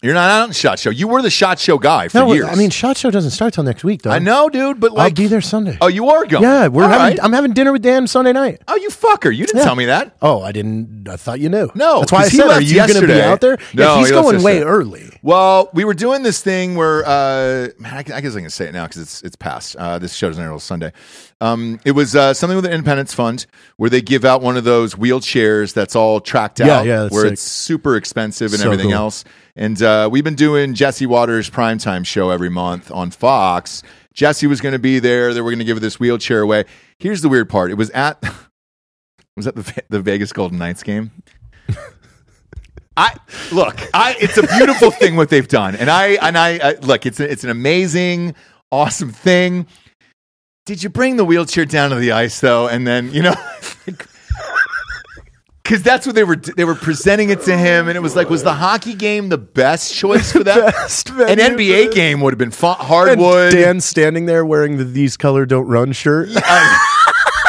You're not out in Shot Show. You were the Shot Show guy for no, years. I mean, Shot Show doesn't start till next week, though. I know, dude, but I'll like, be there Sunday. oh, you are going. yeah, we're All having. right. I'm having dinner with Dan Sunday night. oh, you fucker! You didn't Yeah. tell me that. Oh, I didn't. I thought you knew. No, that's why I 'cause he said, "Are left you going to be yesterday. out there?" No, yeah, he's he left going way yesterday. early. Well, we were doing this thing where uh, man, I, I guess I can say it now because it's it's past. Uh, this show's not until Sunday. Um, it was uh, something with the Independence Fund where they give out one of those wheelchairs that's all tracked Yeah, out, yeah, that's where sick. it's super expensive and So everything cool. else. And uh, we've been doing Jesse Waters' primetime show every month on Fox. Jesse was going to be there. They were going to give this wheelchair away. Here's the weird part. It was at it was at the Ve- the Vegas Golden Knights game. I look, I it's a beautiful thing what they've done, and I and I, I look, it's a, it's an amazing, awesome thing. Did you bring the wheelchair down to the ice though, and then you know? because that's what they were they were presenting it to him, and it was like, was the hockey game the best choice for that? Best An venue for NBA this. game would have been fun, And hardwood. Dan standing there wearing the "These Color Don't Run" shirt.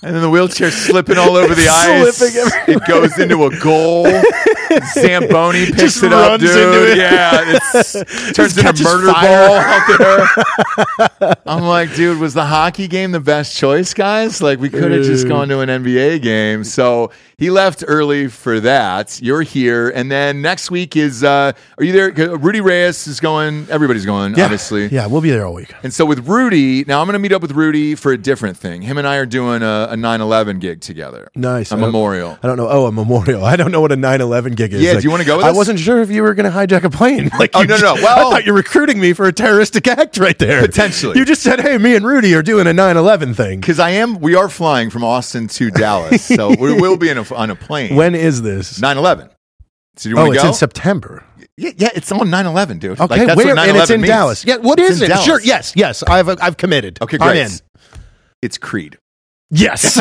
And then the wheelchair slipping all over the ice. Slipping It goes into a goal. Zamboni picks Just it up, runs dude. into it. Yeah, it's, turns Just into catches murder fire. ball out there. I'm like, dude, was the hockey game the best choice, guys? Like, we could have just Dude. gone to an NBA game. So he left early for that. You're here, and then next week is. Uh, are you there? Rudy Reyes is going. Everybody's going, obviously. yeah, we'll be there all week. And so with Rudy, now I'm going to meet up with Rudy for a different thing. Him and I are doing a 9 11 gig together. Nice. A I don't- memorial. I don't know. Oh, a memorial. I don't know what a 9/11 gig is. Yeah, do you wanna go with I us? wasn't sure if you were going to hijack a plane. Like, Oh, you no, no, no. ju- Well- I thought you were recruiting me for a terroristic act right there. Potentially. You just said, "Hey, me and Rudy are doing a 9/11 thing." Because I am, we are flying from Austin to Dallas. So we will be in a, on a plane. When is this? 9 11. So do you oh, want to it's go? in September. yeah, yeah, it's on 9 11, dude. Okay, that's where? what and it's 9/11 in means. Dallas. Yeah, what It's is in it? Dallas. Sure, yes, yes. I've I've committed. Okay, I'm great. in. It's Creed. Yes.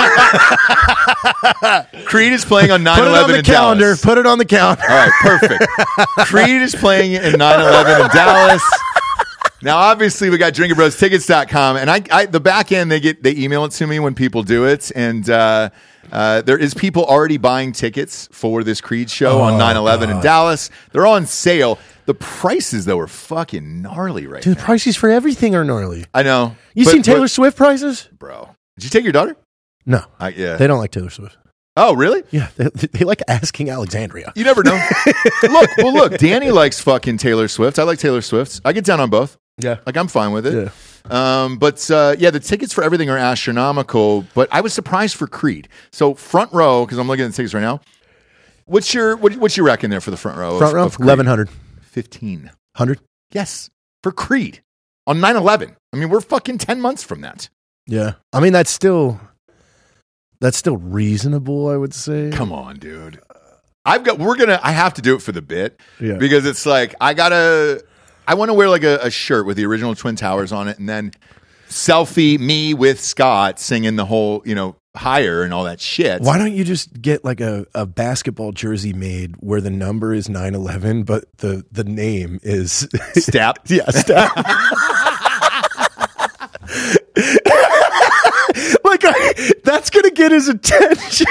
Creed is playing on 9 Put it on 11 the in calendar. Dallas. Put it on the calendar. All right, perfect. Creed is playing in 9 11 in Dallas. Now, obviously, we got drinkingbrostickets.com, and I, I the back end, they get they email it to me when people do it. And uh, uh, there is people already buying tickets for this Creed show Oh, on 9 11 in Dallas. They're on sale. The prices, though, are fucking gnarly right Dude, now. the prices for everything are gnarly. I know. You But- seen Taylor but- Swift prices? Bro. Did you take your daughter? No, I yeah. they don't like Taylor Swift. oh, really? Yeah, they, they like asking Alexandria. You never know. look, well, look. Danny likes fucking Taylor Swift. I like Taylor Swift. I get down on both. Yeah. Like I'm fine with it. Um, but uh, yeah, the tickets for everything are astronomical. But I was surprised for Creed. So front row, because I'm looking at the tickets right now. What's your what, what's you reckon there for the front row? of- Front row, of Creed? 1100. 15. 100? Yes, for Creed on 9/11. I mean, we're fucking 10 months from that. Yeah. I mean, that's still that's still reasonable, I would say. Come on, dude. I've got. We're gonna. I have to do it for the bit Yeah. because it's like I gotta. I want to wear like a, a shirt with the original Twin Towers on it, and then selfie me with Scott singing the whole you know higher and all that shit. Why don't you just get like a, a basketball jersey made where the number is 911, but the, the name is. Step. yeah, stop. like, I, that's going to get his attention.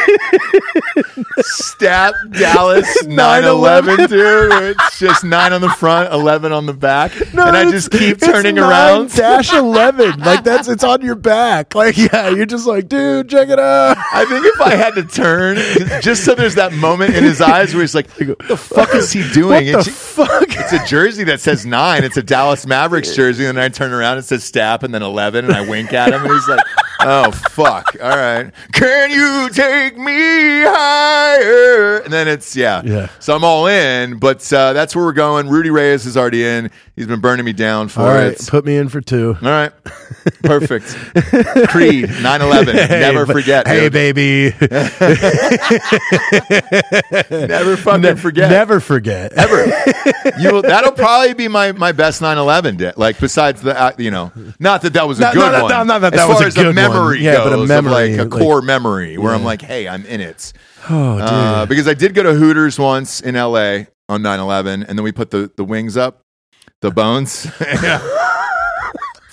Step Dallas 911, 9/11. dude. It's just nine on the front, eleven on the back, and I it's- just keep it's turning nine around. Dash 11. Like, that's, it's on your back. Like, yeah, you're just like, dude, check it out. I think if I had to turn, just so there's that moment in his eyes where he's like, "What the fuck is he doing?" What It's- the fuck? it's a jersey that says nine. It's a Dallas Mavericks jersey. And then I turn around, it says Stapp, and then 11, and I wink at him, and he's like, oh, fuck. All right. Can you take me higher? And then it's, yeah. Yeah. So I'm all in, but uh, that's where we're going. Rudy Reyes is already in. He's been burning me down for All right, it. put me in for two. All right. Perfect. Creed, 9 11. Never ba- forget. Hey, dude. baby. Never fucking forget. Never forget. You will, that'll probably be my, my best 9/11 day. Like besides the uh, you know, not that that was a Not- good not that- one. not that as that far was a as good one. memory Yeah, but a goes, of, memory, like a like- core memory where I'm like, hey, I'm in it. Oh, dude. Uh, because I did go to Hooters once in LA on 9/11, and then we put the the wings up, the bones.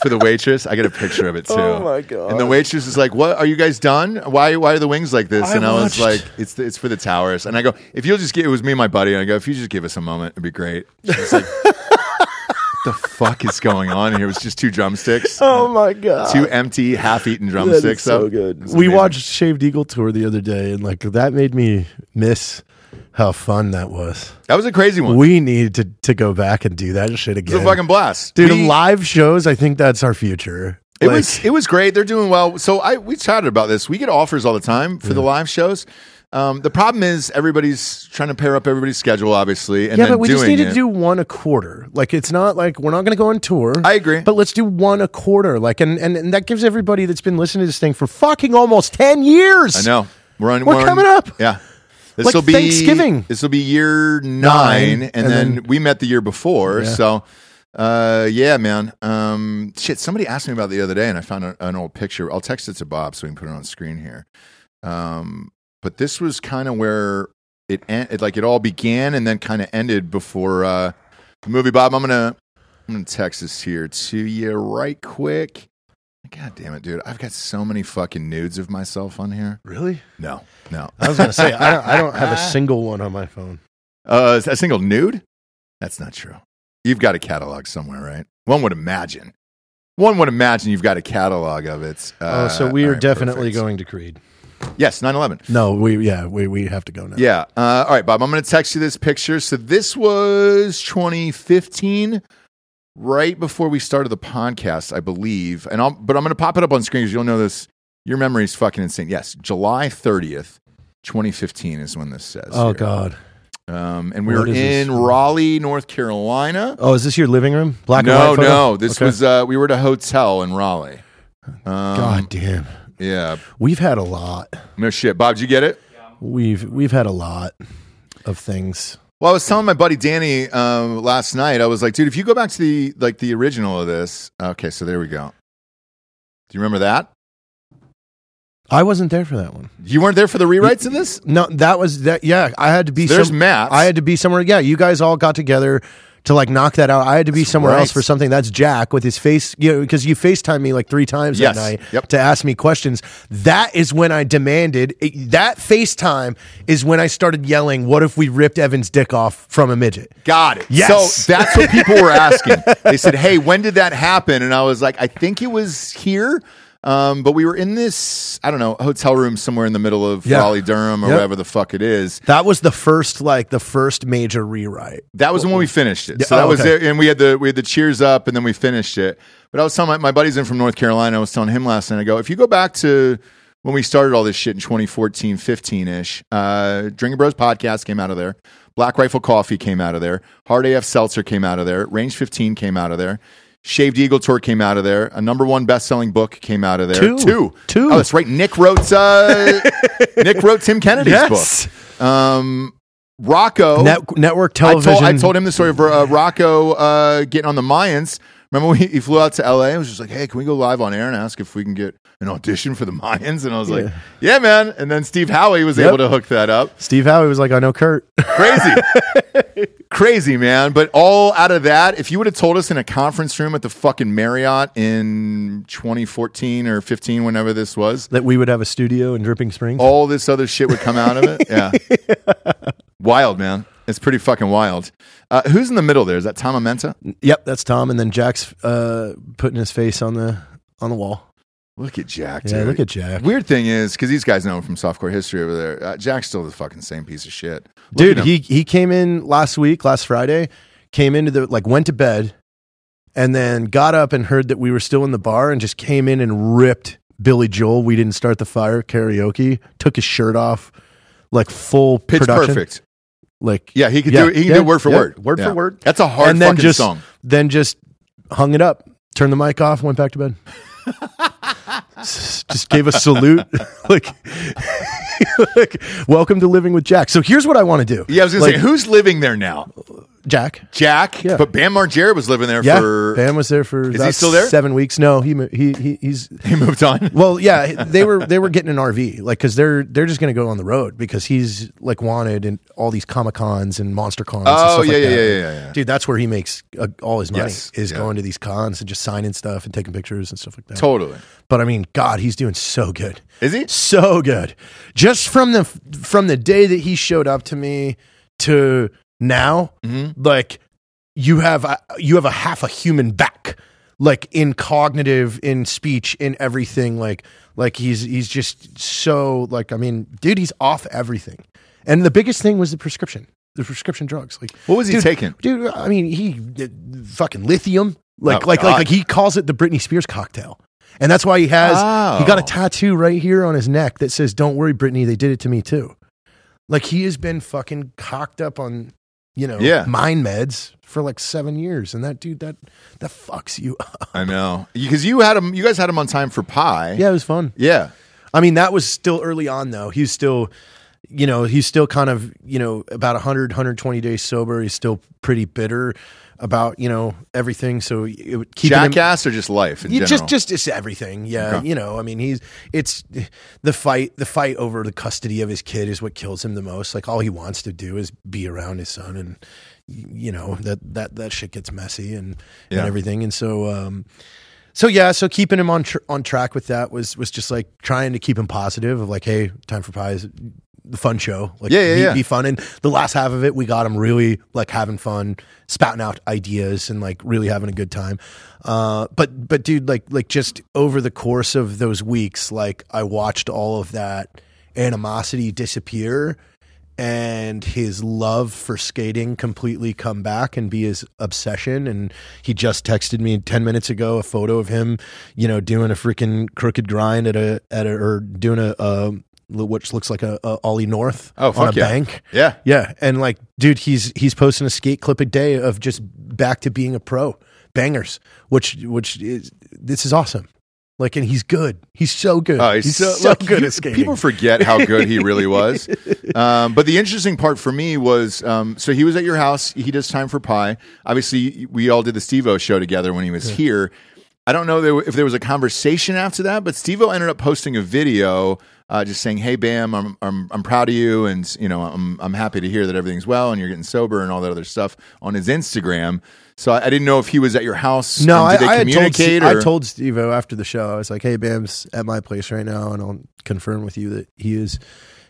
For the waitress, I get a picture of it too. Oh, my God. And the waitress is like, "What are you guys done? Why why are the wings like this?" I and I was watched. like, "It's the, it's for the towers." And I go, "If you'll just get it was me and my buddy." And I go, "If you just give us a moment, it'd be great." She's like, "What the fuck is going on here?" It was just two drumsticks, oh, my God. two empty, half-eaten That is drumsticks. so up. It good. was We amazing. watched Shaved Eagle tour the other day, and like that made me miss how fun that was. That was a crazy one. We need to, to go back and do that shit it again. was a fucking blast, dude, We- live shows. I think that's our future. It Like, was it was great. They're doing well. So I we chatted about this. We get offers all the time for the live shows. Um, the problem is everybody's trying to pair up everybody's schedule, obviously. And yeah, then but we just doing need it. to do one a quarter. Like it's not like we're not going to go on tour. I agree. but let's do one a quarter. Like and, and and that gives everybody that's been listening to this thing for fucking almost ten years. I know we're on. We're on- coming up. Yeah. This Like will be Thanksgiving. This will be year nine, Nine, and, and then, then- we met the year before. So Uh, yeah, man. Um, shit. Somebody asked me about it the other day, and I found a, an old picture. I'll text it to Bob so we can put it on screen here. Um, but this was kind of where it, en- it like it all began, and then kind of ended before uh, the movie. Bob, I'm gonna I'm gonna text this here to you right quick. God damn it, dude! I've got so many fucking nudes of myself on here. Really? No, no. I was gonna say I don't, I don't have a single one on my phone. Uh, a single nude? That's not true. You've got a catalog somewhere, right? One would imagine. One would imagine you've got a catalog of it. Oh, so we Uh, all are right, definitely perfect. going to Creed. Yes, 9 11. No, we yeah we we have to go now. Yeah. Uh, all right, Bob, I'm going to text you this picture. So this was 2015, right before we started the podcast, I believe. And I'll, but I'm going to pop it up on screen because you'll know this. Your memory is fucking insane. Yes, July 30th, 2015 is when this says. Oh here. God. Um, and we What were is this? in Raleigh, North Carolina. Oh, is this your living room? Black and no, white photo? no. This Okay. was uh, we were at a hotel in Raleigh. Um, God damn. Yeah. We've had a lot. No shit. Bob, did you get it? We've we've had a lot of things. Well, I was telling my buddy Danny um, last night. I was like, dude, if you go back to the like the original of this. Okay, so there we go. Do you remember that? I wasn't there for that one. You weren't there for the rewrites in this. No, that was that. Yeah, I had to be. There's some- maps. I had to be somewhere. Yeah, you guys all got together to like knock that out. I had to be somewhere right. else for something. That's Jack with his face. You know, because you Facetime me like three times Yes. that night Yep. to ask me questions. That is when I demanded it, that Facetime is when I started yelling. What if we ripped Evan's dick off from a midget? Got it. Yes. So that's what people were asking. they said, "Hey, when did that happen?" And I was like, "I think it was here." Um, but we were in this, I don't know, hotel room somewhere in the middle of Yeah. Raleigh, Durham, or Yep. wherever the fuck it is. That was the first like the first major rewrite. That was when we finished it. Yeah, So that oh, was okay. it, and we had the we had the cheers up, and then we finished it. But I was telling my, my buddies in from North Carolina. I was telling him last night. I go, if you go back to when we started all this shit in 2014, 15 ish, uh, Drinking Bros podcast came out of there. Black Rifle Coffee came out of there. Hard AF Seltzer came out of there. Range 15 came out of there. Shaved Eagle Tour came out of there. A number one best selling book came out of there. Two. Two. Two. Oh, that's right. Nick wrote. Uh, Nick wrote Tim Kennedy's Yes. book. Um, Rocco. Net- network I told, television. I told him the story of uh, Rocco uh, getting on the Mayans. Remember when he, he flew out to LA and was just like, hey, can we go live on air and ask if we can get an audition for the Mayans? And I was like, yeah, man. And then Steve Howie was Yep. able to hook that up. Steve Howie was like, I know Kurt. Crazy. Crazy, man. But all out of that, if you would have told us in a conference room at the fucking Marriott in 2014 or 15, whenever this was, that we would have a studio in Dripping Springs. all this other shit would come out of it. Yeah. wild, man. It's pretty fucking wild. Uh, who's in the middle there? Is that Tom Amenta? Yep, that's Tom. And then Jack's uh, putting his face on the on the wall. Look at Jack. Yeah, dude. look at Jack. Weird thing is, because these guys know him from softcore history over there. Uh, Jack's still the fucking same piece of shit, Look Dude, at him. he he came in last week, last Friday, came into the like went to bed and then got up and heard that we were still in the bar and just came in and ripped Billy Joel, We Didn't Start the Fire karaoke, took his shirt off, like full pitch production. perfect. Like Yeah, he could Yeah, do. He can yeah, do word for yeah, word, word for Yeah. word. That's a hard and then fucking just song. then just hung it up, turned the mic off, went back to bed. S- just gave a salute, like, like, welcome to living with Jack. So here's what I want to do. Yeah, I was gonna Like, say, who's living there now? Jack. Jack, Yeah. but Bam Margera was living there Yeah, for. Bam was there for he about still there? seven weeks. No, he mo- he, he he's He moved on. well, yeah. They were they were getting an RV, like because they're they're just gonna go on the road because he's like wanted in all these comic cons and monster cons. and Oh stuff yeah, like yeah, that. yeah, yeah, yeah, yeah. dude that's where he makes uh, all his money Yes, is yeah. going to these cons and just signing stuff and taking pictures and stuff like that Totally. but i mean god he's doing so good Is he? so good just from the from the day that he showed up to me to now Mm-hmm. like you have a, you have a half a human back like in cognitive in speech in everything like like he's he's just so like i mean dude he's off everything and the biggest thing was the prescription the prescription drugs like What was he dude, taking? dude i mean he did fucking lithium like Oh, like, God. like like he calls it the britney spears cocktail and that's why he has he got a Oh. tattoo right here on his neck that says don't worry britney they did it to me too like he has been fucking cocked up on you know Yeah. mind meds for like seven years and that dude that that fucks you up I know because you had him. You guys had him on time for pie. yeah it was fun Yeah. I mean, that was still early on though. He's still, you know, he's still kind of, you know, about 100, 120 days sober. He's still pretty bitter. about you know everything. So it would keep him, Jackass or just life in you general? just just just everything yeah Okay. you know i mean he's it's the fight the fight over the custody of his kid is what kills him the most like all he wants to do is be around his son and you know that that that shit gets messy and Yeah. and everything and so um so yeah so keeping him on tr- on track with that was was just like trying to keep him positive of like hey time for pies the fun show like Yeah, yeah, be, yeah. be fun and the last half of it we got him really like having fun spouting out ideas and like really having a good time uh but but dude like like just over the course of those weeks like i watched all of that animosity disappear and his love for skating completely come back and be his obsession and he just texted me 10 minutes ago a photo of him you know doing a freaking crooked grind at a at a or doing a um which looks like a, a ollie north Oh, on a fuck yeah. bank yeah. yeah and like dude he's he's posting a skate clip a day of just back to being a pro bangers which which is this is awesome like and he's good he's so good Oh, he's, so, good you- at skating People forget how good he really was. um, but the interesting part for me was um, so he was at your house. He does time for pie. Obviously, we all did the Stevo show together when he was here. I don't know there- if there was a conversation after that, but Stevo ended up posting a video uh, just saying, "Hey, Bam, I'm, I'm I'm proud of you, and you know I'm I'm happy to hear that everything's well, and you're getting sober, and all that other stuff on his Instagram." So I, I didn't know if he was at your house. No, I, and did I they had told, communicate. Steve, or- I told Steve after the show. I was like, "Hey, Bam's at my place right now, and I'll confirm with you that he is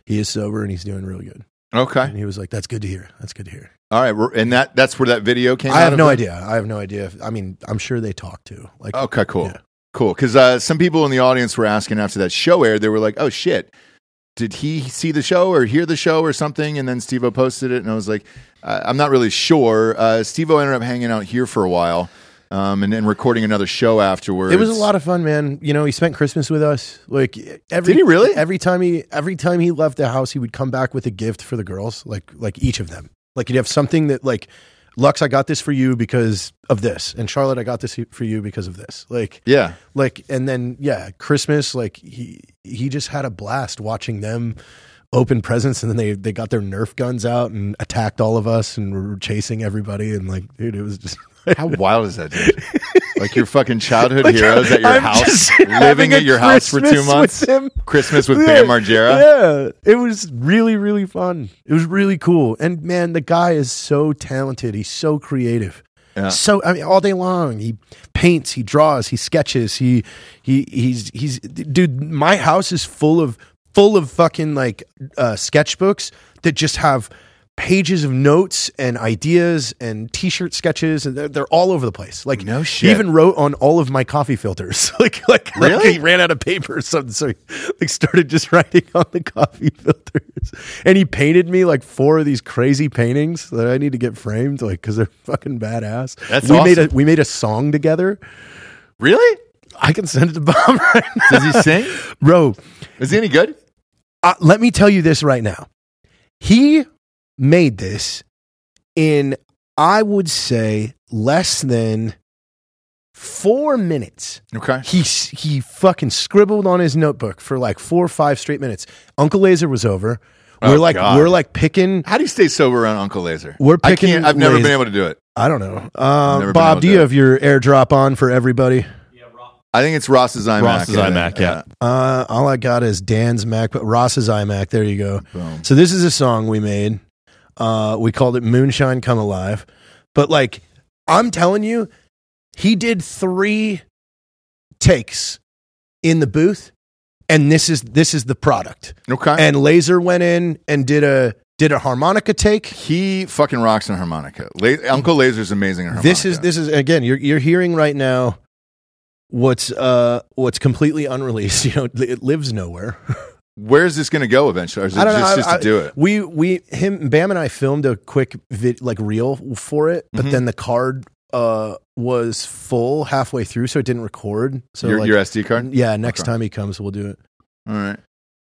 he is sober and he's doing really good." Okay. And he was like, "That's good to hear. That's good to hear." All right, we're- and that that's where that video came. I out have of no it? idea. I have no idea. If, I mean, I'm sure they talk too. Like, Okay, cool, Yeah. cool. Because uh, some people in the audience were asking after that show aired, they were like, "Oh shit, did he see the show or hear the show or something?" And then Steve-O posted it, and I was like, uh, "I'm not really sure." Uh, Steve-O ended up hanging out here for a while, um, and then recording another show afterwards. it was a lot of fun, man. You know, he spent Christmas with us. Like, every Did he really? Every time he every time he left the house, he would come back with a gift for the girls. Like, like each of them. Like, he'd have something that like. Lux, I got this for you because of this, and Charlotte, I got this for you because of this. Like, yeah, like and then yeah christmas like he he just had a blast watching them open presents and then they they got their nerf guns out and attacked all of us and were chasing everybody and like dude it was just how wild is that? Dude? like your fucking childhood heroes at your I'm house, just living having a at your house for two Christmas with months, him. Christmas with Bam Margera. yeah it was really really fun it was really cool and man the guy is so talented he's so creative Yeah. so I mean, all day long he paints, he draws, he sketches, he he he's he's dude. My house is full of full of fucking like uh, sketchbooks that just have pages of notes and ideas and T-shirt sketches, and they're, they're all over the place. Like No shit. Even wrote on all of my coffee filters. like like like Really? he ran out of paper or something, so he like started just writing on the coffee filters. And he painted me like four of these crazy paintings that I need to get framed, like because they're fucking badass. That's we made a awesome. we made a song together. Really? I can send it to Bob right now, Does he sing? bro. Is he any good? Uh, let me tell you this right now. He made this in I would say less than four minutes. Okay. He s- he fucking scribbled on his notebook for like four or five straight minutes. Uncle Laser was over. Oh, We're like God. we're like picking. How do you stay sober on Uncle Laser? We're I picking can't, I've never Laser. been able to do it. I don't know. been Um, able to Bob, do do you it. have your airdrop on for everybody? I think it's Ross's iMac. Ross's I think. iMac, yeah. Uh, all I got is Dan's Mac, but Ross's iMac. There you go. Boom. So this is a song we made. Uh, we called it "Moonshine Come Alive," but like I'm telling you, he did three takes in the booth, and this is this is the product. Okay. And Laser went in and did a did a harmonica take. he fucking rocks on harmonica. La- Uncle Laser's amazing on harmonica. This is this is again you're you're hearing right now what's uh what's completely unreleased. You know, it lives nowhere. Where's this going to go eventually? Or is it just, I- just I- to do it? We we him Bam and I filmed a quick vid, like reel for it, but Mhm. then the card uh was full halfway through, so it didn't record. So your, like, your SD card? yeah, next Okay. time he comes, we'll do it. All right.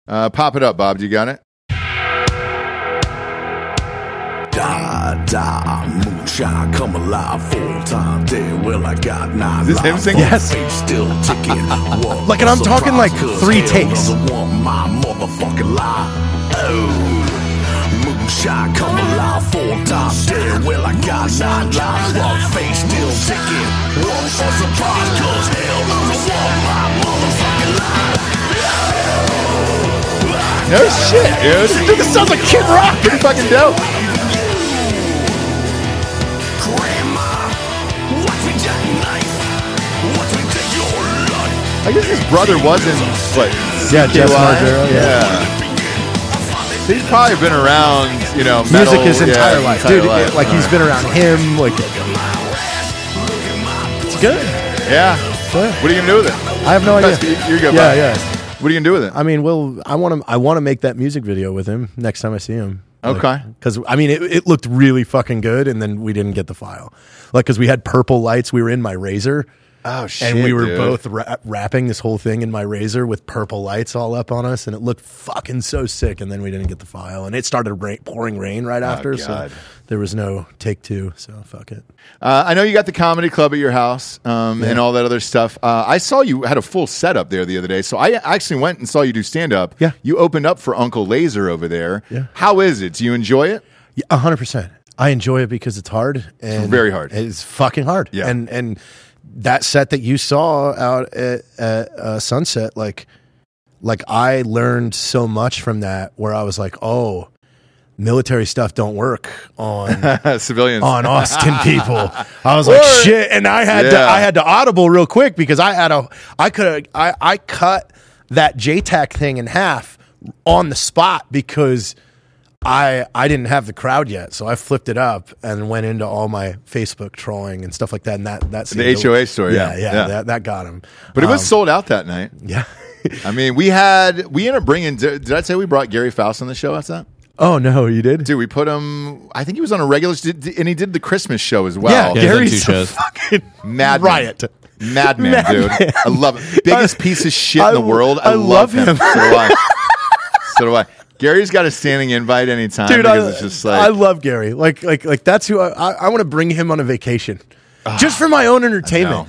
Uh, pop it up, Bob. Do you got it? Da da, moonshine, come alive full time. Dead well, I got nine. Is this him lives. singing? My Yes. fate's still ticking. What Like, and I'm a talking, like, surprise, 'cause three hell takes. doesn't want my motherfucking lie. Oh, shot, come alive, full top dead. Well, I got nine lives, long face still ticking. One for surprise, cause hell, I want my motherfucking life. No shit, dude. Dude, this sounds like Kid Rock. Pretty fucking dope. Grandma, watch me jack knife, watch me take your life. I guess his brother wasn't, what, Yeah, CKY? Jeff Margera, yeah. He's probably been around, you know, metal, Music his yeah, entire life, entire dude. life. Like he's been around him. Like it's good. Yeah. Yeah. What are you gonna do with it? I have no That's- idea. you- you go, yeah, bud. yeah. What are you gonna do with it? I mean, well, I want to. I want to make that music video with him next time I see him. Okay. Because I mean, it, it looked really fucking good, and then we didn't get the file. Like, because we had purple lights, we were in my razor. Oh and we were dude. both ra- wrapping this whole thing in my razor with purple lights all up on us, and it looked fucking so sick. And then we didn't get the file, and it started ra- pouring rain right after, so Oh, God. there was no take two. So fuck it. Uh, I know you got the comedy club at your house um, and all that other stuff. Uh, I saw you had a full setup there the other day, so I actually went and saw you do stand up. Yeah. You opened up for Uncle Laser over there. Yeah. How is it? Do you enjoy it? Yeah, a hundred percent. I enjoy it because it's hard and very hard. It's fucking hard. Yeah. and and that set that you saw out at, at uh, Sunset, like, like I learned so much from that. Where I was like, oh, military stuff don't work on Civilians. on Austin people. I was like, Word. shit, and I had to Yeah. I had to audible real quick because I had a I could I I cut that JTAC thing in half on the spot because. I I didn't have the crowd yet, so I flipped it up and went into all my Facebook trolling and stuff like that. And that that seemed to- HOA story, yeah, yeah, yeah, yeah. That, that got him. But it was Um, sold out that night. yeah. I mean, we had we ended up bringing. Did, did I say we brought Gary Faust on the show? That's that. oh no, you did. Dude, we put him. I think he was on a regular, did- and he did the Christmas show as yeah, well. Yeah, he's done Gary's two a shows. fucking Madman. riot. Madman, dude. I love it. Biggest piece of shit in I- the world. I, I love, him. love him. so do I. So do I. Gary's got a standing invite anytime Dude, because I, it's just like I love Gary. Like like like that's who I I, I want to bring him on a vacation. Just for my own I know. entertainment.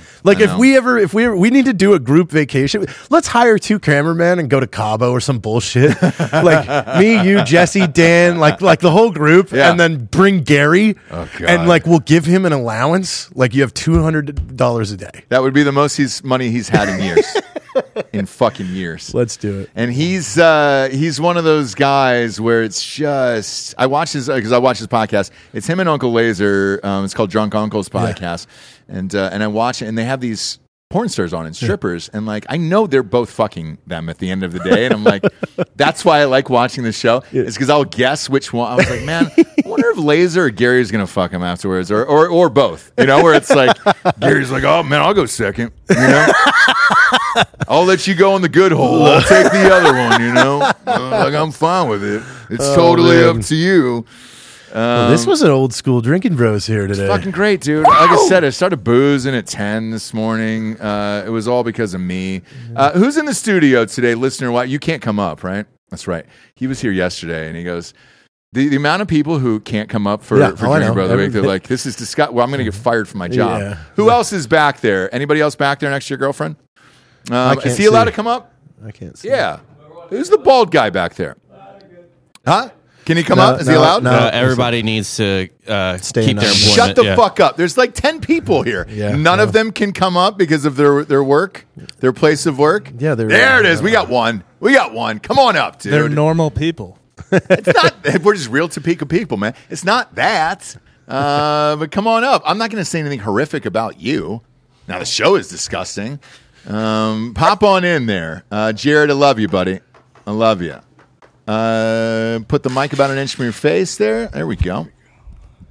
Ah, I Like if know. we ever, if we ever, we need to do a group vacation. Let's hire two cameramen and go to Cabo or some bullshit. like me, you, Jesse, Dan, like like the whole group, Yeah. and then bring Gary. Oh, God. and like we'll give him an allowance. Like you have two hundred dollars a day. that would be the most he's money he's had in years. in fucking years. Let's do it. And he's uh, he's one of those guys where it's just I watch his because I watch his podcast. It's him and Uncle Laser. Um, it's called Drunk Uncle's podcast, and uh, and I watch it, and they have these porn stars on and strippers, and like I know they're both fucking them at the end of the day, and I'm like, that's why I like watching the show is because I'll guess which one. I was like, man, I wonder if Laser or Gary's gonna fuck him afterwards, or or or both. You know, where it's like Gary's like, oh man, I'll go second. You know. I'll let you go on the good hole. I'll take the other one, you know? Uh, like, I'm fine with it. It's totally Oh, man. up to you. Well, this was an old school drinking bros here today. Um, Fucking great, dude. Like I said, I started boozing at 10 this morning. Uh, it was all because of me. Uh, who's in the studio today, listener? Why You can't come up, right? That's right. He was here yesterday and he goes, the, the amount of people who can't come up for, Yeah, for oh, I Drinking know. Brother Week, they're Every- like, this is disgusting. Well, I'm going to get fired from my job. Yeah. Who else is back there? Anybody else back there next to your girlfriend? Um, can't is he allowed see. to come up? I can't. See Yeah. Who's the bald guy back there? Huh? Can he come No, up? Is he no, allowed? no. Uh, everybody needs to uh, Stay keep in their that- employment. Shut the yeah. fuck up. There's like 10 people here. Yeah, None of yeah. them can come up because of their, their work, their place of work. Yeah, they're- there it is. We got one. We got one. Come on up, dude. They're normal people. it's not, we're just real Topeka people, man. It's not that. Uh, but come on up. I'm not going to say anything horrific about you. Now, the show is disgusting. Um, pop on in there. Uh, Jared, I love you, buddy. I love you. Uh, put the mic about an inch from your face there. There we go.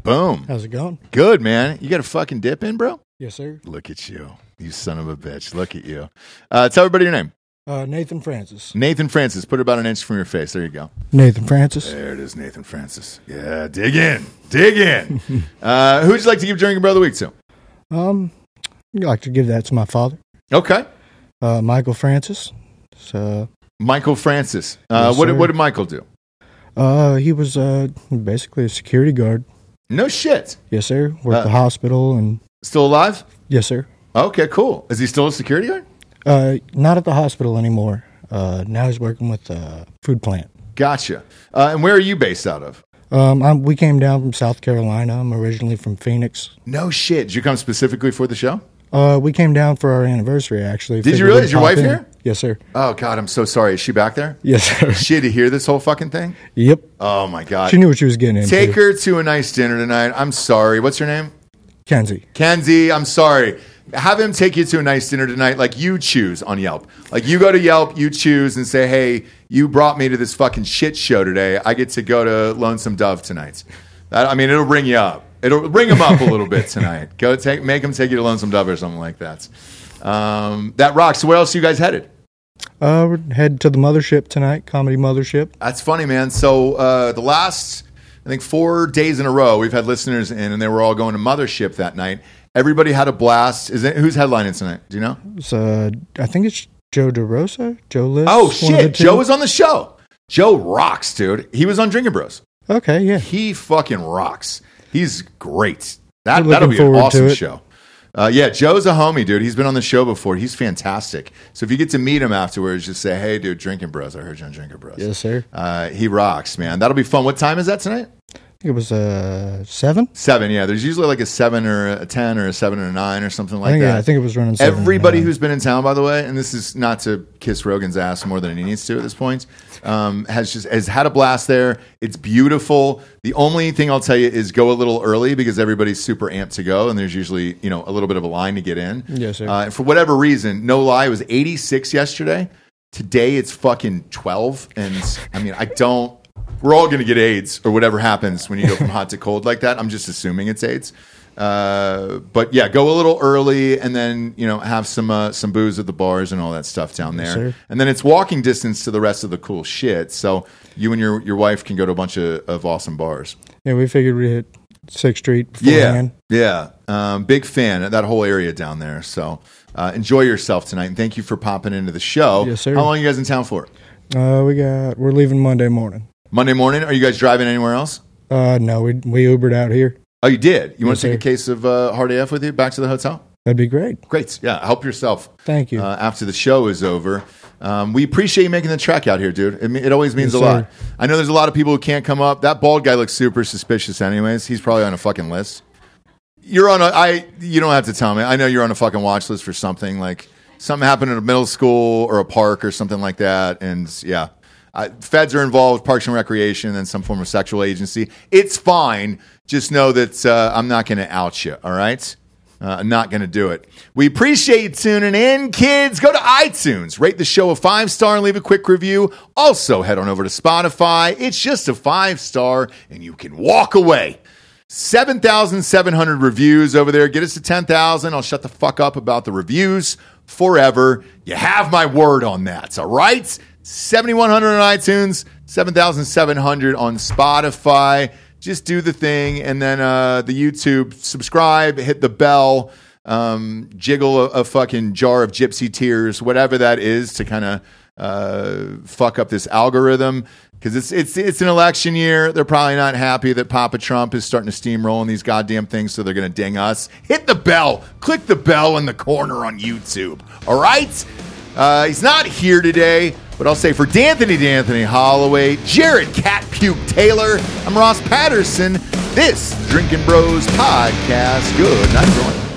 Boom. How's it going? Good, man. You got a fucking dip in, bro? Yes, sir. Look at you. You son of a bitch. Look at you. Uh, tell everybody your name. Uh, Nathan Francis. Nathan Francis. Put it about an inch from your face. There you go. Nathan Francis. There it is, Nathan Francis. Yeah, dig in, dig in. uh, who'd you like to give Drinking Brother of the Week to? Um, I'd like to give that to my father, Okay, uh, Michael Francis. So, Michael Francis. Uh, Yes, what, did, sir. what did Michael do? uh, he was uh, basically a security guard. No shit. Yes, sir. Worked Uh, the hospital and Still alive? yes, sir. Okay, cool. Is he still a security guard? Uh, not at the hospital anymore. Uh, now he's working with uh, food plant. Gotcha. Uh, and where are you based out of? Um, I'm, we came down from South Carolina. I'm originally from Phoenix. No shit. Did you come specifically for the show? Uh, we came down for our anniversary, actually. Did you Figured really? we'd Is your pop wife in. here? Yes, sir. Oh God, I'm so sorry. Is she back there? Yes, sir. Is She to hear this whole fucking thing? yep. Oh my God. She knew what she was getting into. Take her to a nice dinner tonight. I'm sorry. What's your name? Kenzie. Kenzie, I'm sorry. Have him take you to a nice dinner tonight, like you choose on Yelp. Like you go to Yelp, you choose and say, hey, you brought me to this fucking shit show today. I get to go to Lonesome Dove tonight. That, I mean, it'll bring you up. It'll bring him up a little bit tonight. Go take, make him take you to Lonesome Dove or something like that. Um, that rocks. So where else are you guys headed? Uh, we're headed to the mothership tonight, comedy mothership. That's funny, man. So uh, the last, I think, four days in a row, we've had listeners in, and they were all going to Mothership that night. Everybody had a blast. Is it, who's headlining tonight? Do you know? It's, uh, I think it's Joe DeRosa, Joe List. Oh one of the shit, two. Joe was on the show. Joe rocks, dude. He was on Drinking Bros. Okay, yeah. He fucking rocks. He's great. That We're that'll be looking an forward to awesome it. show. Uh, yeah, Joe's a homie, dude. He's been on the show before. He's fantastic. So if you get to meet him afterwards, just say, "Hey, dude, Drinking Bros. I heard you on Drinking Bros." Yes, sir. Uh, he rocks, man. That'll be fun. What time is that tonight? I think it was uh seven. Seven. Yeah, there's usually like a seven or a ten or a seven or a nine or something like I think that. yeah, I think it was running. Seven Everybody Uh, who's been in town, by the way, and this is not to kiss Rogan's ass more than he needs to at this point, um, has just has had a blast there. It's beautiful. The only thing I'll tell you is go a little early because everybody's super amped to go, and there's usually you know a little bit of a line to get in. Yes, sir. Uh, and for whatever reason, no lie, it was 86 yesterday. Today it's fucking 12, and I mean I don't. We're all gonna get AIDS or whatever happens when you go from hot to cold like that. I'm just assuming it's AIDS. Uh, but yeah, go a little early and then you know have some uh, some booze at the bars and all that stuff down there. sir. and then it's walking distance to the rest of the cool shit. So you and your your wife can go to a bunch of, of awesome bars. yeah, we figured we hit Sixth Street beforehand. Yeah, yeah. Um, big fan of that whole area down there. So uh, enjoy yourself tonight, and thank you for popping into the show. Yes, sir. How long are you guys in town for? Uh, we got we're leaving Monday morning. Monday morning? Are you guys driving anywhere else? Uh, no, we we Ubered out here. Oh, you did. You want Yes, to take a sir. case of uh, hard AF with you back to the hotel? That'd be great. Great. Yeah, help yourself. Thank you. Uh, after the show is over. Um, we appreciate you making the trek out here, dude. It, me- it always means Yes, a lot. sir. I know there's a lot of people who can't come up. That bald guy looks super suspicious, anyways. He's probably on a fucking list. You're on a. I. You don't have to tell me. I know you're on a fucking watch list for something like something happened at a middle school or a park or something like that. And yeah, I, feds are involved, parks and recreation, and some form of sexual agency. It's fine. Just know that uh, I'm not going to out you. All right. Uh, I'm not going to do it. We appreciate you tuning in, kids. Go to iTunes, rate the show a five star, and leave a quick review. Also, head on over to Spotify. It's just a five star, and you can walk away. 7,700 reviews over there. Get us to 10,000. I'll shut the fuck up about the reviews forever. You have my word on that. All right? 7,100 on iTunes, 7,700 on Spotify. Just do the thing. And then uh, the YouTube, subscribe, hit the bell, um, jiggle a, a fucking jar of gypsy tears, whatever that is to kind of uh, fuck up this algorithm because it's it's it's an election year. They're probably not happy that Papa Trump is starting to steamroll on these goddamn things, so they're going to ding us. Hit the bell, click the bell in the corner on YouTube. All right, uh, he's not here today, but I'll say for D'Anthony, D'Anthony Holloway, Jared Cat Puke Taylor, I'm Ross Patterson. This Drinking Bros podcast. Good night, everyone.